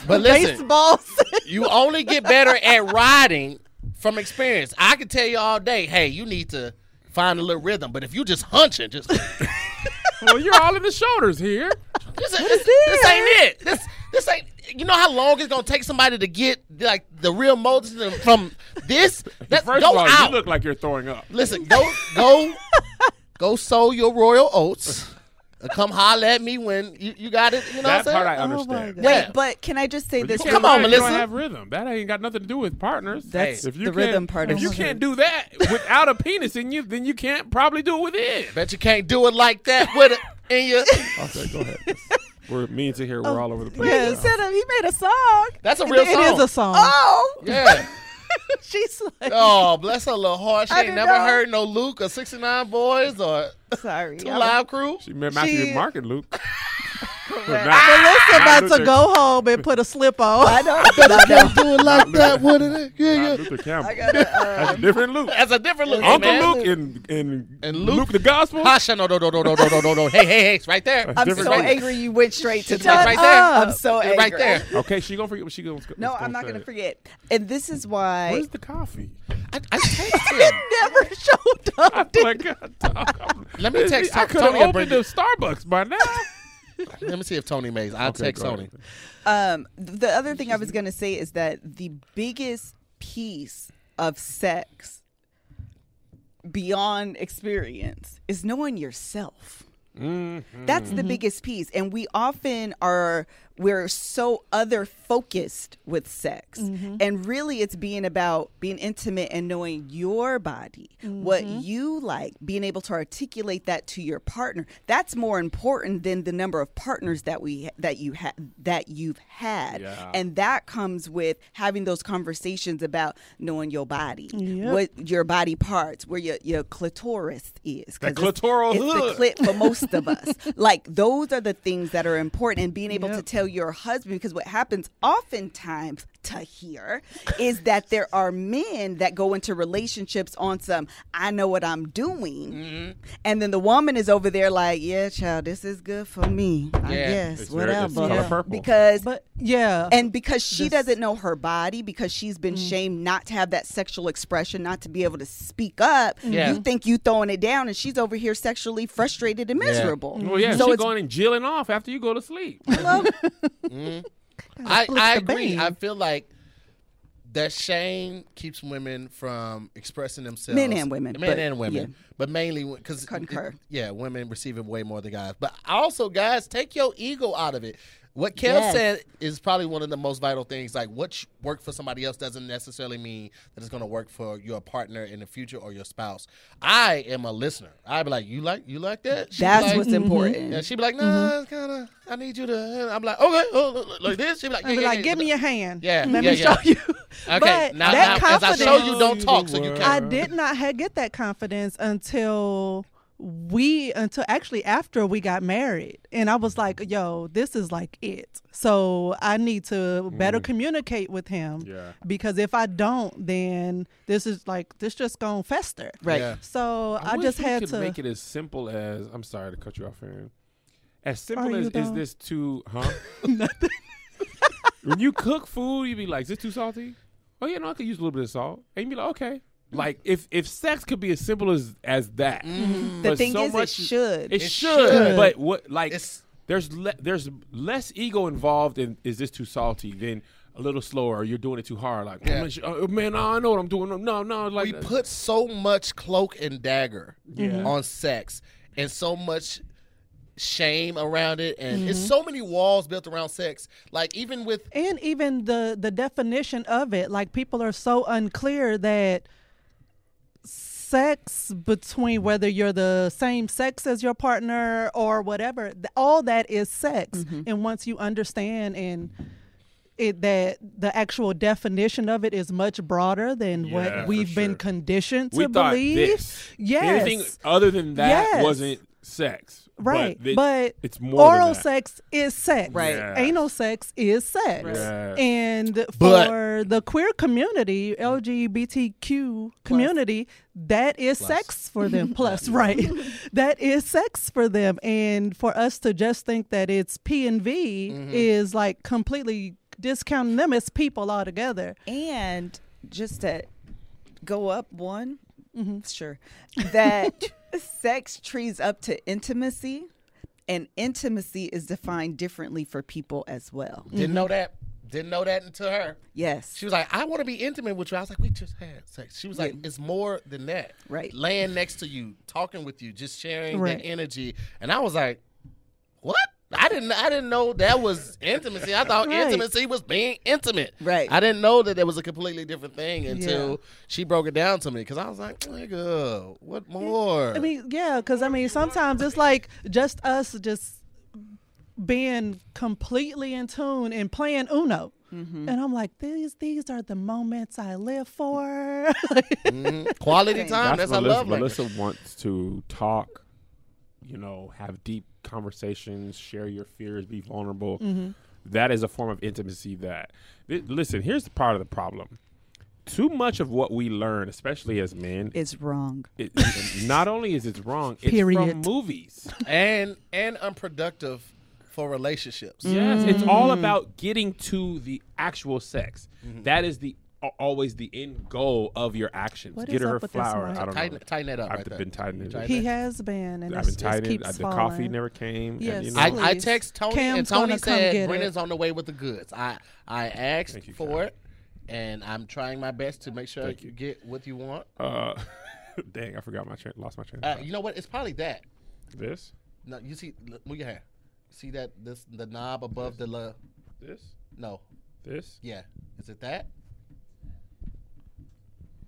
like
But listen-
baseball?
You only get better at riding from experience. I can tell you all day, hey, you need to find a little rhythm. But if you just hunching, just this,
well, you're all in the shoulders here.
this, this, ain't it. This this ain't. You know how long it's gonna take somebody to get like the real motion from this? That,
First
go
of all,
out.
you look like you're throwing up.
Listen, go go go sow your royal oats. Uh, Come holler at me when you, you got it. You know
That
what
part I
Oh
I'm saying?
my
understand.
God.
Yeah.
But can I just say
But you
this?
can't
Come
ride
on,
if You
Melissa.
don't have rhythm. That ain't got nothing to do with partners.
That's
if you
the
can't-
rhythm part
If
of
you
it.
can't do that without a penis in you, then you can't probably do it with it.
Bet you can't do it like that with it in your.
Okay, go ahead. We're me and here. We're all over the place.
Yeah, he
now.
said it. He made a song.
That's a real
It
song.
is a song.
Oh,
Yeah.
She's like,
Uh,
Oh, bless her little heart. She
I
ain't
didn't
never
know.
heard no Luke or 69 Boys or
sorry.
Two
I was-
Live Crew.
She meant Matthew
She-
Mark and Luke.
Melissa
do
about to
that.
go home and put a slip on.
I know.
But can't do it like that with it. Yeah, yeah.
Luther Campbell.
gotta,
That's a different Luke.
That's a different Luke.
Uncle
man.
Luke and and,
And
Luke,
Luke-
the Gospel.
Pasha, no, no, no, no, no, no, no, no, no. Hey, hey, hey, it's right there.
I'm
Different
so
language.
angry. You went straight to
It's
that.
right there.
I'm so
It's
angry.
right there.
Okay, she gonna forget what she gonna. what's
No, I'm not
say.
gonna forget. And this is why
Where's the coffee?
I, I text him.
never showed
I
up.
feel like God, dog, I'm-
Let me text
I
Tony
could have
and
opened
bring
the Starbucks by now.
Let me see if Tony Mays. I'll
Okay,
text
go
Tony.
ahead.
Um, th- the other thing I was going to say is that the biggest piece of sex beyond experience is knowing yourself. That's the biggest piece. And we often are, we're so other focused with sex. And really, it's being about being intimate and knowing your body, what you like, being able to articulate that to your partner. That's more important than the number of partners that we, that you have, that you've had.
Yeah.
And that comes with having those conversations about knowing your body,
Yep.
what your body parts, where your, your clitoris is.
That
'cause it's-
clitoral
it's the
hood.
clit it for most of us. Like those are the things that are important and being able to
Yep.
tell your husband because what happens oftentimes to hear is that there are men that go into relationships on some I know what I'm doing.
Mm-hmm.
And then the woman is over there like, "Yeah, child, this is good for me." I
Yeah.
guess
It's very- it's
whatever.
color purple.
Because
But yeah,
and because she doesn't know her body, because she's been
Mm.
shamed not to have that sexual expression, not to be able to speak up,
Mm.
Yeah.
you think you throwing it down, and she's over here sexually frustrated and miserable.
Well, yeah,
so
she
it's
going and jilling off after you go to sleep.
I, I
the
agree.
bang.
I feel like that shame keeps women from expressing themselves.
Men and women,
Men
but-
and women. But mainly because.
Concur.
Yeah, women receiving way more than guys. But also, guys, take your ego out of it. What Kev
Yes.
said is probably one of the most vital things. Like, what sh- worked for somebody else doesn't necessarily mean that it's going to work for your partner in the future or your spouse. I am a listener. I'd be like, you like, you like that? She'd be
That's
like, "Mm-hmm."
what's important.
Yeah, she'd be
Mm-hmm.
like, nah, it's kind of. I need you to. I'm like, okay, oh, like this. She'd be like, yeah,
I'd be
yeah,
like,
yeah.
give me your hand.
Yeah,
Let
yeah,
me
yeah.
show you.
Okay,
but
now,
that
now, as I
confidence.
show you, don't talk, so you can't.
I did not ha- get that confidence until we until actually after we got married and i was like yo this is like it so i need to
Mm.
better communicate with him
Yeah.
because if i don't then this is like this just gonna fester
Right.
Yeah.
so i,
wish
just
we
had
could
to
make it as simple as I'm sorry to cut you off, Aaron. As simple
Are
as
you,
is
though?
this too? Huh? when you cook food, you be like, "Is this too salty?" Oh yeah, no, I could use a little bit of salt. And you be like, "Okay." Like if if sex could be as simple as as that,
The
But
thing
so
is, it
much-
should.
it,
Mm-hmm. It
should,
should.
But what like
It's-
there's le- there's less ego involved in is this too salty than a little slower. You're doing it too hard. Like
Yeah.
"Oh, sh- oh, man, no, I know what I'm doing. No, no, like uh,
we put so much cloak and dagger on sex and so much shame around it and it's
Mm-hmm.
so many walls built around sex like even with
and even the the definition of it like people are so unclear that sex between whether you're the same sex as your partner or whatever th- all that is sex and once you understand and it that the actual definition of it is much broader than
Yeah,
what
for
we've been
sure.
conditioned to
we thought
believe
this.
yes
Anything other than that
Yes.
wasn't sex.
Right,
thi-
but
it's more than
oral
that.
sex is sex.
Right.
Yes.
Anal sex is sex.
Yes.
And
But-
for the queer community, LGBTQ community, that is sex for them. Plus, right. that is sex for them. And for us to just think that it's P and V is like completely discounting them as people altogether.
and just to go up one,
Mm-hmm.
sure, that sex trees up to intimacy, and intimacy is defined differently for people as well.
didn't
Mm-hmm.
know that didn't know that until her
Yes.
she was like i want to be intimate with you i was like we just had sex she was like it's more than that
Right.
laying next to you talking with you just sharing
Right.
that energy and i was like what I didn't. I didn't know that was intimacy. I thought
Right.
intimacy was being intimate.
Right.
I didn't know that there was a completely different thing until she broke it down to me. Because I was like, nigga, what more?
I mean, yeah, because I mean, sometimes it's like just us just being completely in tune and playing Uno.
Mm-hmm.
And I'm like, these these are the moments I live for.
Mhm. quality time. That's,
Melissa,
our love language.
Melissa wants to talk, you know, have deep conversations, share your fears, be vulnerable.
Mm-hmm.
That is a form of intimacy that. Th- listen, here's the part of the problem. Too much of what we learn, especially as men,
Is wrong.
it, not only is it wrong, it's from
Period.
movies.
and and unproductive for relationships.
Yes, it's all
Mm.
about getting to the actual sex.
Mm-hmm.
That is the a- always the end goal of your actions.
What
Get
is
her
up
a
with this
flower.
mic?
I don't know.
Tighten, tighten that up.
I've
right there.
been tightening it.
Tighten
he has been, and
I've
it's,
been
just
tightened.
keeps
The
falling.
coffee never came.
Yes.
and, you know,
I,
Please.
I text Tony, and
Cam's gonna
Tony
come get
said
it.
Brennan's on the way with the goods. I I asked
you,
for it, and I'm trying my best to make sure you get what you want.
Uh, dang, I forgot my train. Lost my train. of
Uh,
thought.
you know what? It's probably that. Uh,
this,
No, you see, look, move your hand. See that this the knob above the le,
this,
no,
this.
yeah. Is it that?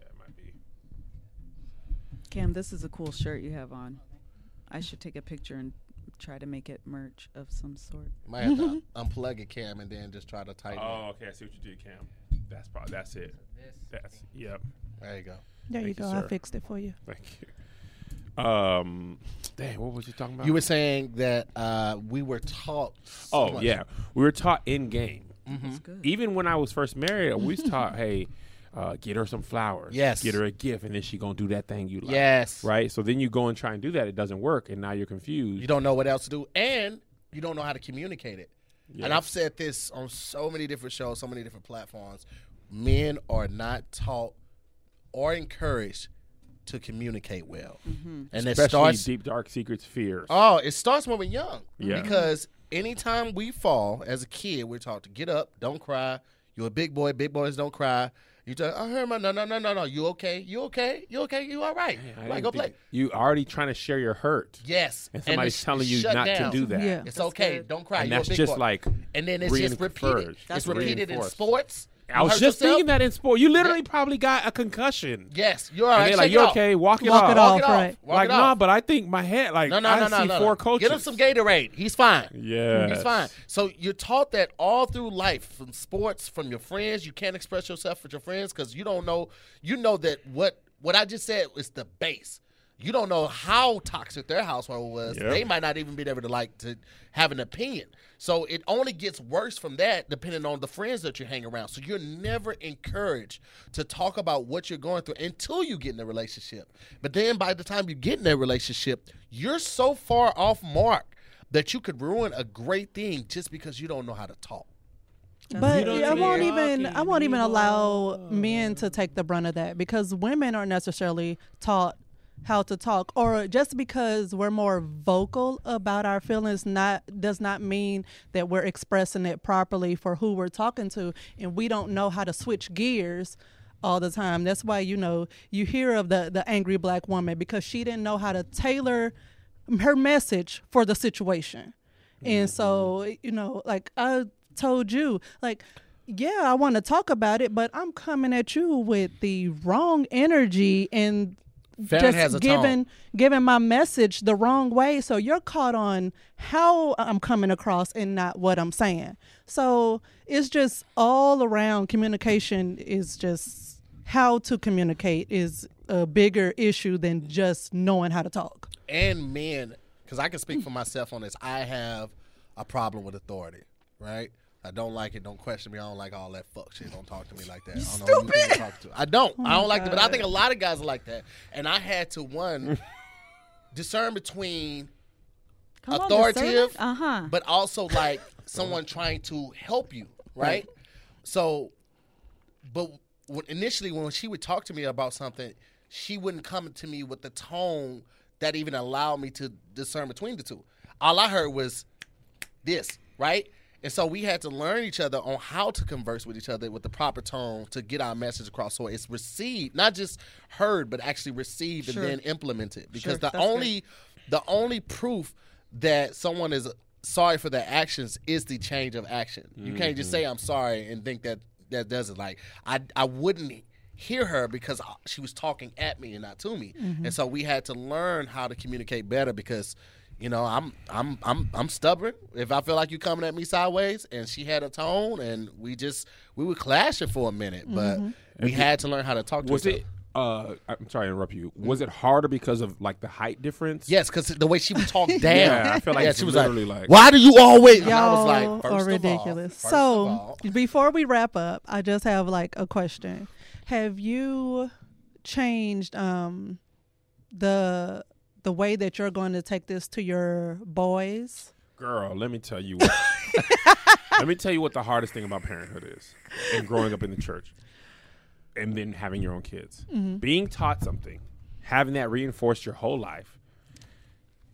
That might be.
Cam, this is a cool shirt you have on. I should take a picture and try to make it merch of some sort.
Might have to
Mm-hmm.
unplug it, Cam, and then just try to tighten. it.
Oh, okay. I see what you did, Cam. That's probably. That's it. That's yep.
There you go.
There you
Thank you,
go. I
sir.
fixed it for you.
Thank you. Um, dang, what was you talking about?
You were saying that uh, we were taught. so
Oh
much. Mm-hmm.
yeah, we were taught in game.
That's good.
Even when I was first married, we was taught, hey, uh, get her some flowers.
Yes.
Get her a gift, and then she gonna do that thing you like.
Yes.
Right. So then you go and try and do that. It doesn't work, and now you're confused.
You don't know what else to do, and you don't know how to communicate it. And I've said this on so many different shows, so many different platforms. Men are not taught or encouraged to communicate well, and it
Especially
starts.
deep, dark secrets, fears.
Oh, it starts when we're young.
Yeah.
Because anytime we fall as a kid, we're taught to get up, don't cry. You're a big boy. Big boys don't cry. You tell, I heard my no, no, no, no, no. You okay? You okay? You okay? You all right?
I
like,
didn't
go
think-
play.
You already trying to share your hurt,
Yes.
and somebody's
it's
telling you
shut
not
down.
to do that.
Yeah.
It's
That's
okay.
good.
Don't cry.
And
You're a
that's
big
just
boy.
like
and then it's just repeated.
reinforced.
It's
That's
repeated in
reinforced.
sports.
I
You
was
hurt
just
yourself?
thinking that in sport. You literally probably got a concussion.
Yes, you're all
And
right.
they're like,
Shake
you
it off.
okay? Walk it
Walk
off.
it
Walk
off,
it off.
right.
Walk
like,
it
no,
off.
nah, but I think my head, like,
No, no,
I
no, no,
see
no.
four
no.
coaches.
Get him some Gatorade. He's fine.
Yeah.
He's fine. So you're taught that all through life, from sports, from your friends. You can't express yourself with your friends because you don't know. You know that what what I just said is the base. You don't know how toxic their household was.
Yep.
They might not even be able to like to have an opinion. So it only gets worse from that, depending on the friends that you hang around. So you're never encouraged to talk about what you're going through until you get in a relationship. But then by the time you get in that relationship, you're so far off mark that you could ruin a great thing just because you don't know how to talk.
But
don't
I
really
won't
talk
even I won't even allow men to take the brunt of that because women aren't necessarily taught how to talk or just because we're more vocal about our feelings not does not mean that we're expressing it properly for who we're talking to and we don't know how to switch gears all the time that's why you know you hear of the the angry black woman because she didn't know how to tailor her message for the situation
Mm-hmm.
and so, you know, like I told you, like, yeah, I want to talk about it, but I'm coming at you with the wrong energy and
Farron
just
has a
giving
tone.
giving my message the wrong way. So you're caught on how I'm coming across and not what I'm saying. So it's just all around communication is just how to communicate is a bigger issue than just knowing how to talk.
and men, because I can speak for myself on this, I have a problem with authority, right? I don't like it. Don't question me. I don't like all that fuck shit. Don't talk to me like that. I don't know who you think you're talking to. I don't. I don't like that. But I think a lot of guys are like that. And I had to one discern between
Come on, discern it.
authoritative,
Uh-huh.
but also like someone trying to help you, right? So, but when, initially when she would talk to me about something, she wouldn't come to me with the tone that even allowed me to discern between the two. All I heard was this, right? And so we had to learn each other on how to converse with each other with the proper tone to get our message across. So it's received, not just heard, but actually received and then implemented. Because the only the only proof that someone is sorry for their actions is the change of action. You can't just say I'm sorry and think that that does it. Like I I wouldn't hear her because I- she was talking at me and not to me.
Mm-hmm.
And so we had to learn how to communicate better because you know, I'm I'm I'm I'm stubborn. If I feel like you coming at me sideways, and she had a tone, and we just we were clashing for a minute, but
Mm-hmm.
we had to learn how to talk to
Was
each
it? Uh, I'm sorry to interrupt you. Was it harder because of like the height difference?
Yes, because the way she would talk down,
Yeah, I feel like
yeah,
it's
she was
literally
like,
like-
"Why do you always?" And I
Y'all
was like,
are
first of all,
ridiculous.
first
so
of all,
before we wrap up, I just have like a question. Have you changed um the the way that you're going to take this to your boys?
Girl, let me tell you what. let me tell you what the hardest thing about parenthood is and growing up in the church and then having your own kids. Being taught something, having that reinforced your whole life,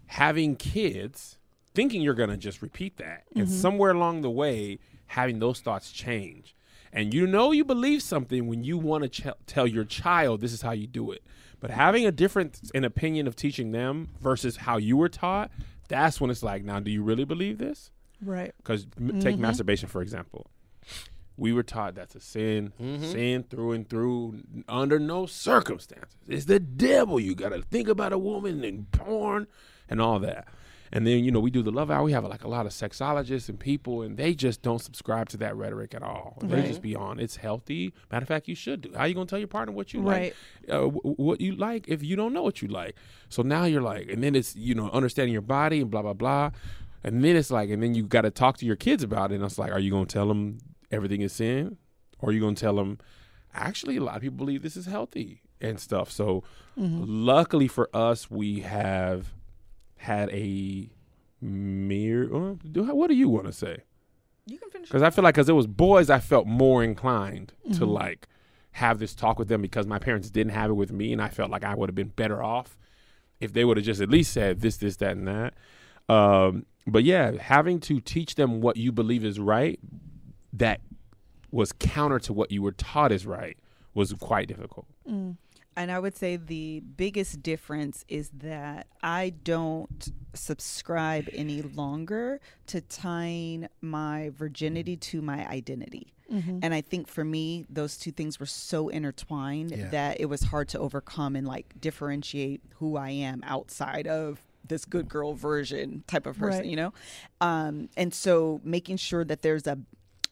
having kids, thinking you're going to just repeat that. And somewhere along the way, having those thoughts change. And you know you believe something when you want to ch- tell your child this is how you do it. But having a difference in opinion of teaching them versus how you were taught, that's when it's like, now do you really believe this?
Right.
Because m- take masturbation for example. We were taught that's a sin, sin through and through. n- Under no circumstances, it's the devil. You got to think about a woman and porn and all that. And then you know we do the love hour. We have like a lot of sexologists and people, and they just don't subscribe to that rhetoric at all. They just be on. It's healthy. Matter of fact, you should do. How you gonna tell your partner what you
Right.
like, uh, w- what you like if you don't know what you like? So now you're like, and then it's you know understanding your body and blah blah blah. And then it's like, and then you got to talk to your kids about it. And it's like, are you going to tell them everything is sin? Or are you going to tell them, actually, a lot of people believe this is healthy and stuff. So luckily for us, we have had a mere, uh, do- what do you want to say?
You can finish.
Because I feel like, because it was boys, I felt more inclined to like have this talk with them because my parents didn't have it with me, and I felt like I would have been better off if they would have just at least said this, this, that, and that. Um, but yeah, having to teach them what you believe is right that was counter to what you were taught is right was quite difficult.
And I would say the biggest difference is that I don't subscribe any longer to tying my virginity to my identity. And I think for me, those two things were so intertwined
Yeah.
that it was hard to overcome and like differentiate who I am outside of this good girl version type of person,
Right.
you know? Um, and so making sure that there's a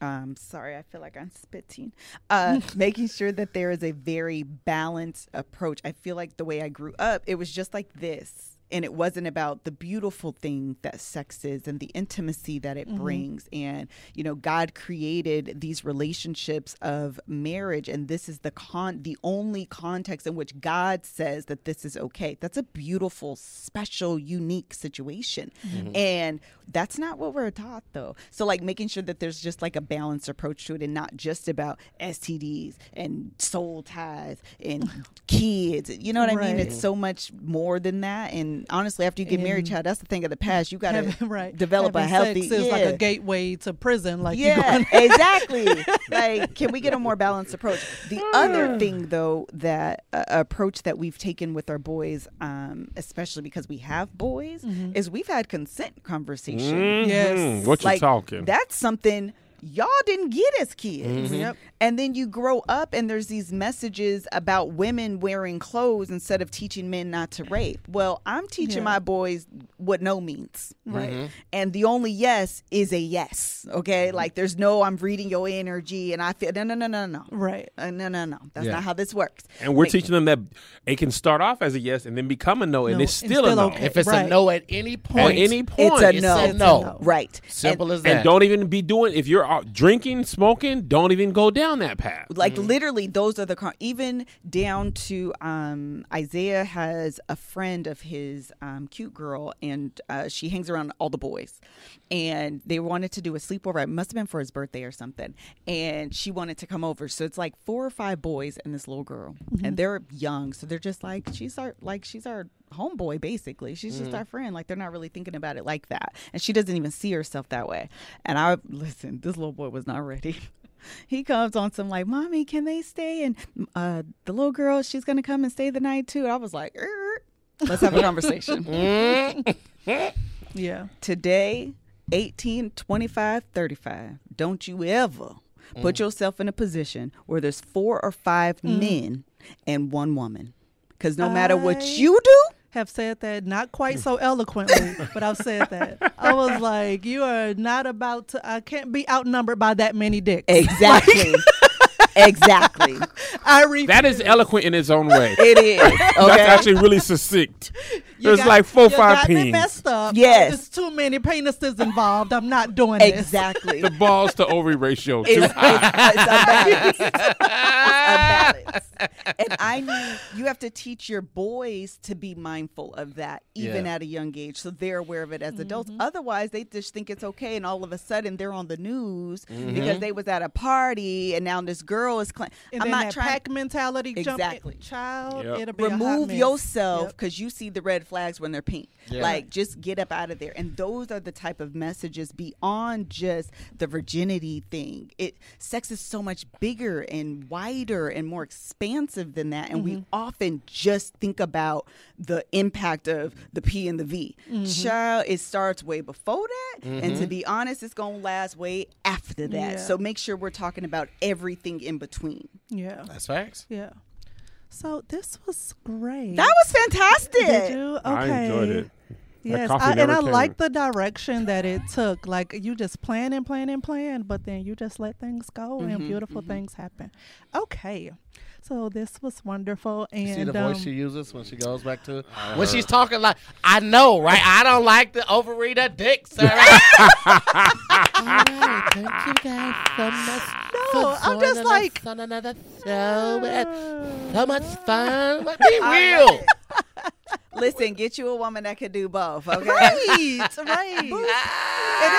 um, sorry, I feel like I'm spitting. Uh, making sure that there is a very balanced approach. I feel like the way I grew up, it was just like this. And it wasn't about the beautiful thing that sex is and the intimacy that it brings. And, you know, God created these relationships of marriage. And this is the con, the only context in which God says that this is okay. That's a beautiful, special, unique situation.
Mm-hmm.
Mm-hmm. And that's not what we're taught, though. So, like, making sure that there's just like a balanced approach to it and not just about STDs and soul ties and kids. You know what I mean?
Right.
It's so much more than that. And honestly, after you get married,
And-
child, that's the thing of the past. You got to
Having- right.
develop a
Having
healthy.
sex is like
yeah.
a gateway to prison. Like you
yeah,
going-
exactly. like, can we get a more balanced approach? The
Hmm.
other thing, though, that uh, approach that we've taken with our boys, um, especially because we have boys,
Mm-hmm.
is we've had consent conversations.
Mm-hmm.
Yes.
Mm, What you
Like,
talking? Mm-hmm.
That's something y'all didn't get as kids. Mm-hmm.
Yep.
And then you grow up, and there's these messages about women wearing clothes instead of teaching men not to rape. Well, I'm teaching
Yeah.
my boys what no means.
Right.
Mm-hmm.
And the only yes is a yes. Okay. Like there's no, I'm reading your energy and I feel, no, no, no, no, no.
Right.
Uh, no, no, no. That's
Yeah.
not how this works.
and we're
Like,
teaching them that it can start off as a yes and then become a no, and
No,
it's
and
still, a
still
no.
okay.
If-
If it's
Right.
a no at any
At
point,
any point,
It's a
it's
no.
a
It's a
no.
no.
Right.
simple as that.
and don't even be doing if you're out drinking, smoking, don't even go down that path.
like literally those are the con- even down to um isaiah has a friend of his um cute girl and uh, she hangs around all the boys and they wanted to do a sleepover it must have been for his birthday or something and she wanted to come over so it's like four or five boys and this little girl and they're young so they're just like she's our like she's our homeboy basically she's just our friend like they're not really thinking about it like that and she doesn't even see herself that way and i listen this little boy was not ready he comes on some like, mommy, can they stay? And uh, the little girl, she's gonna come and stay the night too. And I was like, "Er, let's have a conversation
Yeah.
today. 18, 25, 35. Don't you ever put yourself in a position where there's four or five men and one woman. Because no matter
I-
what you do,
Have said that not quite so eloquently, but I've said that. I was like, you are not about to. I can't be outnumbered by that many dicks.
exactly, exactly,
I re-
that is eloquent in its own way.
it is. Okay,
That's actually really succinct.
you
There's
got-
like four,
you
five
got me
pins.
messed up. Oh,
Yes.
There's too many penises involved. I'm not doing this.
exactly.
The balls to ovary ratio.
It's,
Too.
it's, it's a balance. it's a balance. And I need you have to teach your boys to be mindful of that, even
Yeah.
at a young age, so they're aware of it as adults.
Mm-hmm.
Otherwise, they just think it's okay, and all of a sudden they're on the news because they was at a party, and now this girl is. Cl-
And then
I'm not
that
trying.
pack mentality. jump in-
Exactly.
child,
Yep.
it'll be a hot
remove
mess.
yourself
Yep.
because you see the red flags when they're pink.
Yeah.
Like, just get up out of there. And those are the type of messages beyond just the virginity thing. It sex is so much bigger and wider and more expansive than that. And
Mm-hmm.
we often just think about the impact of the P and the V.
Mm-hmm.
Child, it starts way before that, and to be honest, it's gonna last way after that.
Yeah.
So make sure we're talking about everything in between.
Yeah.
That's facts.
Yeah. So this was great.
That was fantastic.
Did you? Okay.
I enjoyed it.
Yes,
coffee
I, and
never
I
came.
like the direction that it took. Like you just plan and plan and plan, but then you just let things go
Mm-hmm,
and beautiful things happen. Okay, so this was wonderful. And
You see the voice
um,
she uses when she goes back to when she's talking like I know, right? I don't like the ovary the dick, sir. thank you guys so much.
No, Oh, I'm just like-
on another show. We had so much fun. Like, Be real.
Listen, get you a woman that can do both. Okay.
right, right. and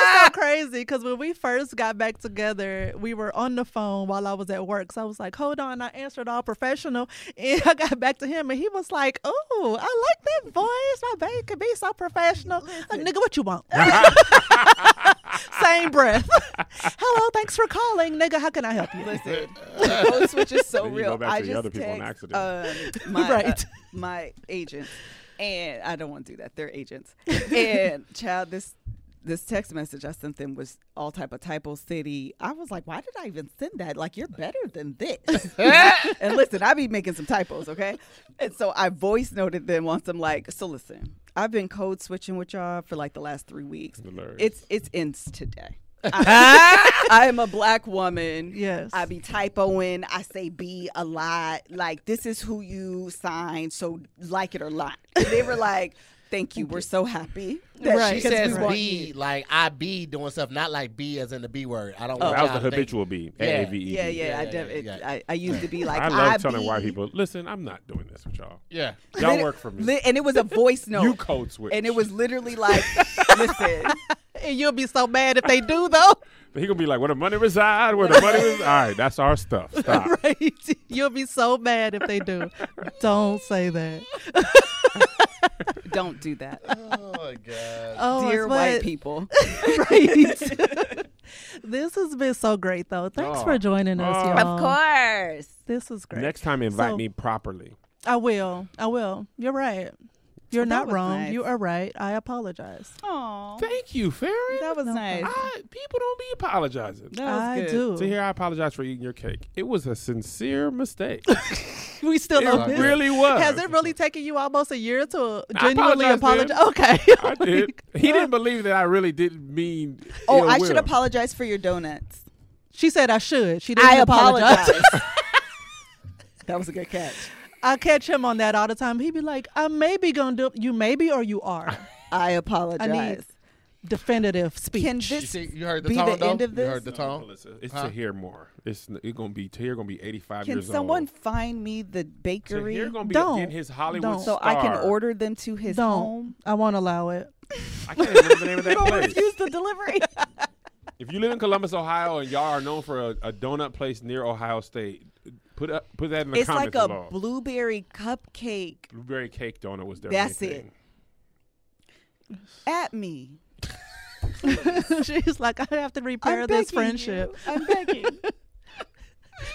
it's so crazy because when we first got back together, we were on the phone while I was at work. So I was like, hold on. I answered all professional. And I got back to him and he was like, oh, I like that voice. My baby can be so professional. Like, nigga, what you want? Same breath. Hello, thanks for calling. Nigga, how can I help you?
Listen, the code switch is so
Then you
real.
go back
I
to the
just
other people on
text, um, my, uh,
Right.
my agent, and I don't want to do that. They're agents. and child, this this text message I sent them was all type of typo city. I was like, why did I even send that? Like, you're better than this. and listen, I be making some typos, okay? And so I voice noted them once. I'm like, so listen, I've been code switching with y'all for like the last three weeks.
Hilarious.
It's it's ends today. I, I am a black woman.
Yes.
I be typoing. I say B a lot. Like this is who you signed, so like it or not. And they were like, "Thank you. We're so happy that
Right.
she
She
Because
says
says
we want
B like I be doing stuff, not like B as in the B word. I don't.
That
Oh,
was
want
the
y'all to think-
habitual B.
Yeah.
A-A-V-E.
Yeah, yeah.
Yeah,
I,
yeah,
def-
yeah,
it-
yeah.
I, I used to be like,
E. I love
I
telling
be-
white people, listen, I'm not doing this with y'all.
Yeah.
Y'all
Lit-
work for me.
li- and it was a voice note.
you code switch.
and it was literally like, listen,
And you'll be so mad if they do, though.
He gonna be like, where the money reside, where the money is. All right, that's our stuff. Stop.
Right. You'll be so mad if they do. Don't say that.
don't do that,
Oh my god.
Oh,
dear
it's
white
what-
people.
right. this has been so great, though. Thanks
Oh.
for joining us,
Oh.
y'all.
Of
course.
This was great.
Next time, invite
So-
me properly.
I will. I will. You're right. You're
That
not
was
wrong.
nice.
You are right. I apologize.
Aw,
Thank you, Farron.
that was nice.
I, people don't be apologizing.
That was
I
good.
do.
So here, I apologize for eating your cake. It was a sincere mistake.
We still
it
don't. miss-
really was.
Has it really taken you almost a year to
I
genuinely
apologize,
apologize?
man.
Okay.
I did. He didn't believe that I really didn't mean.
Oh,
ill
I should
will.
apologize for your donuts.
She said I should. She didn't apologize.
that was a good catch.
I catch him on that all the time. He'd be like, I may be going to do You maybe or you are. I
I
need
apologize.
definitive speech.
Can
You
this
see, you heard the
be
tone
the
though?
end of
You heard
this?
the tone.
Melissa, it's
Huh?
to hear more. It's n- it gonna be to hear gonna be eighty five
Can
years
someone
old.
find me the
To
bakery
hear gonna be
Don't.
getting his Hollywood
Don't.
so I can
star.
order them to his
Don't.
home?
I won't allow it.
I can't even remember the name of that
Don't
place.
refuse the delivery.
If you live in Columbus, Ohio, and y'all are known for a, a donut place near Ohio State, put up put that in the
it's like
comments below.
a blueberry cupcake
Blueberry cake donut was their
That's
main
it.
thing.
at me.
She's like, I have to repair
I'm
this
begging you.
friendship.
I'm begging.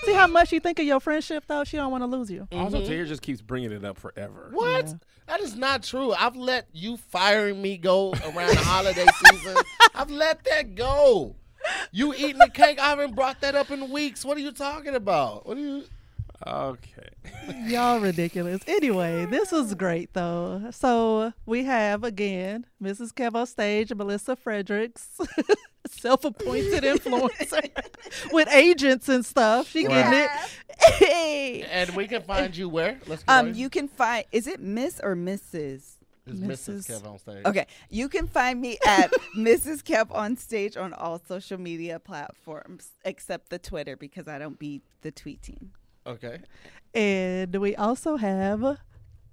See how much you think of your friendship, though. She don't want to lose you.
Also, Tahir just keeps bringing it up forever.
What?
Yeah.
That is not true. I've let you firing me go around the holiday season. I've let that go. You eating the cake? I haven't brought that up in weeks. What are you talking about? What are you?
Okay.
Y'all ridiculous. Anyway, this was great though. So we have again Mrs. Kevo Stage, Melissa Fredericks, self-appointed influencer with agents and stuff. She getting it. Hey.
And we can find you where? Let's get
um,
out.
you can find. Is it Miss or Mrs.
It's
Mrs.
Mrs. Kev on stage.
Okay, you can find me at Mrs. Kev on stage on all social media platforms except the Twitter because I don't beat the tweeting.
Okay.
And we also have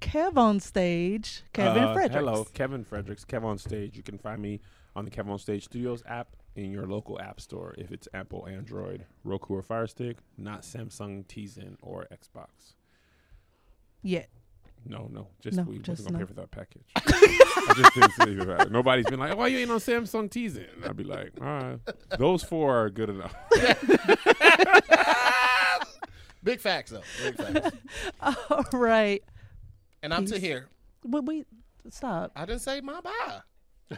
Kev on stage, Kevin
Uh,
Fredericks.
Hello, Kevin Fredericks. Kev on Stage. You can find me on the Kev on Stage Studios app in your local app store if it's Apple, Android, Roku, or Fire Stick, not Samsung, Tizen, or Xbox.
Yeah.
No, no, just
No,
we
just
wasn't gonna
no.
pay for that package. I just didn't say anything about it. Nobody's been like, "Why you ain't on Samsung Tizen?" And I'd be like, "All right, those four are good enough."
Big facts though. Big facts.
All right.
And I'm to here.
But we stop.
I didn't say my bye.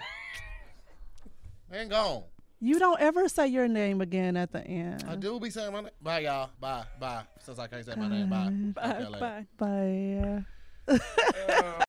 Man gone.
You don't ever say your name again at the end.
Uh-huh.
I do be saying my name. Bye y'all. Bye. Bye. Since I can't say my name. Bye. Bye.
Bye.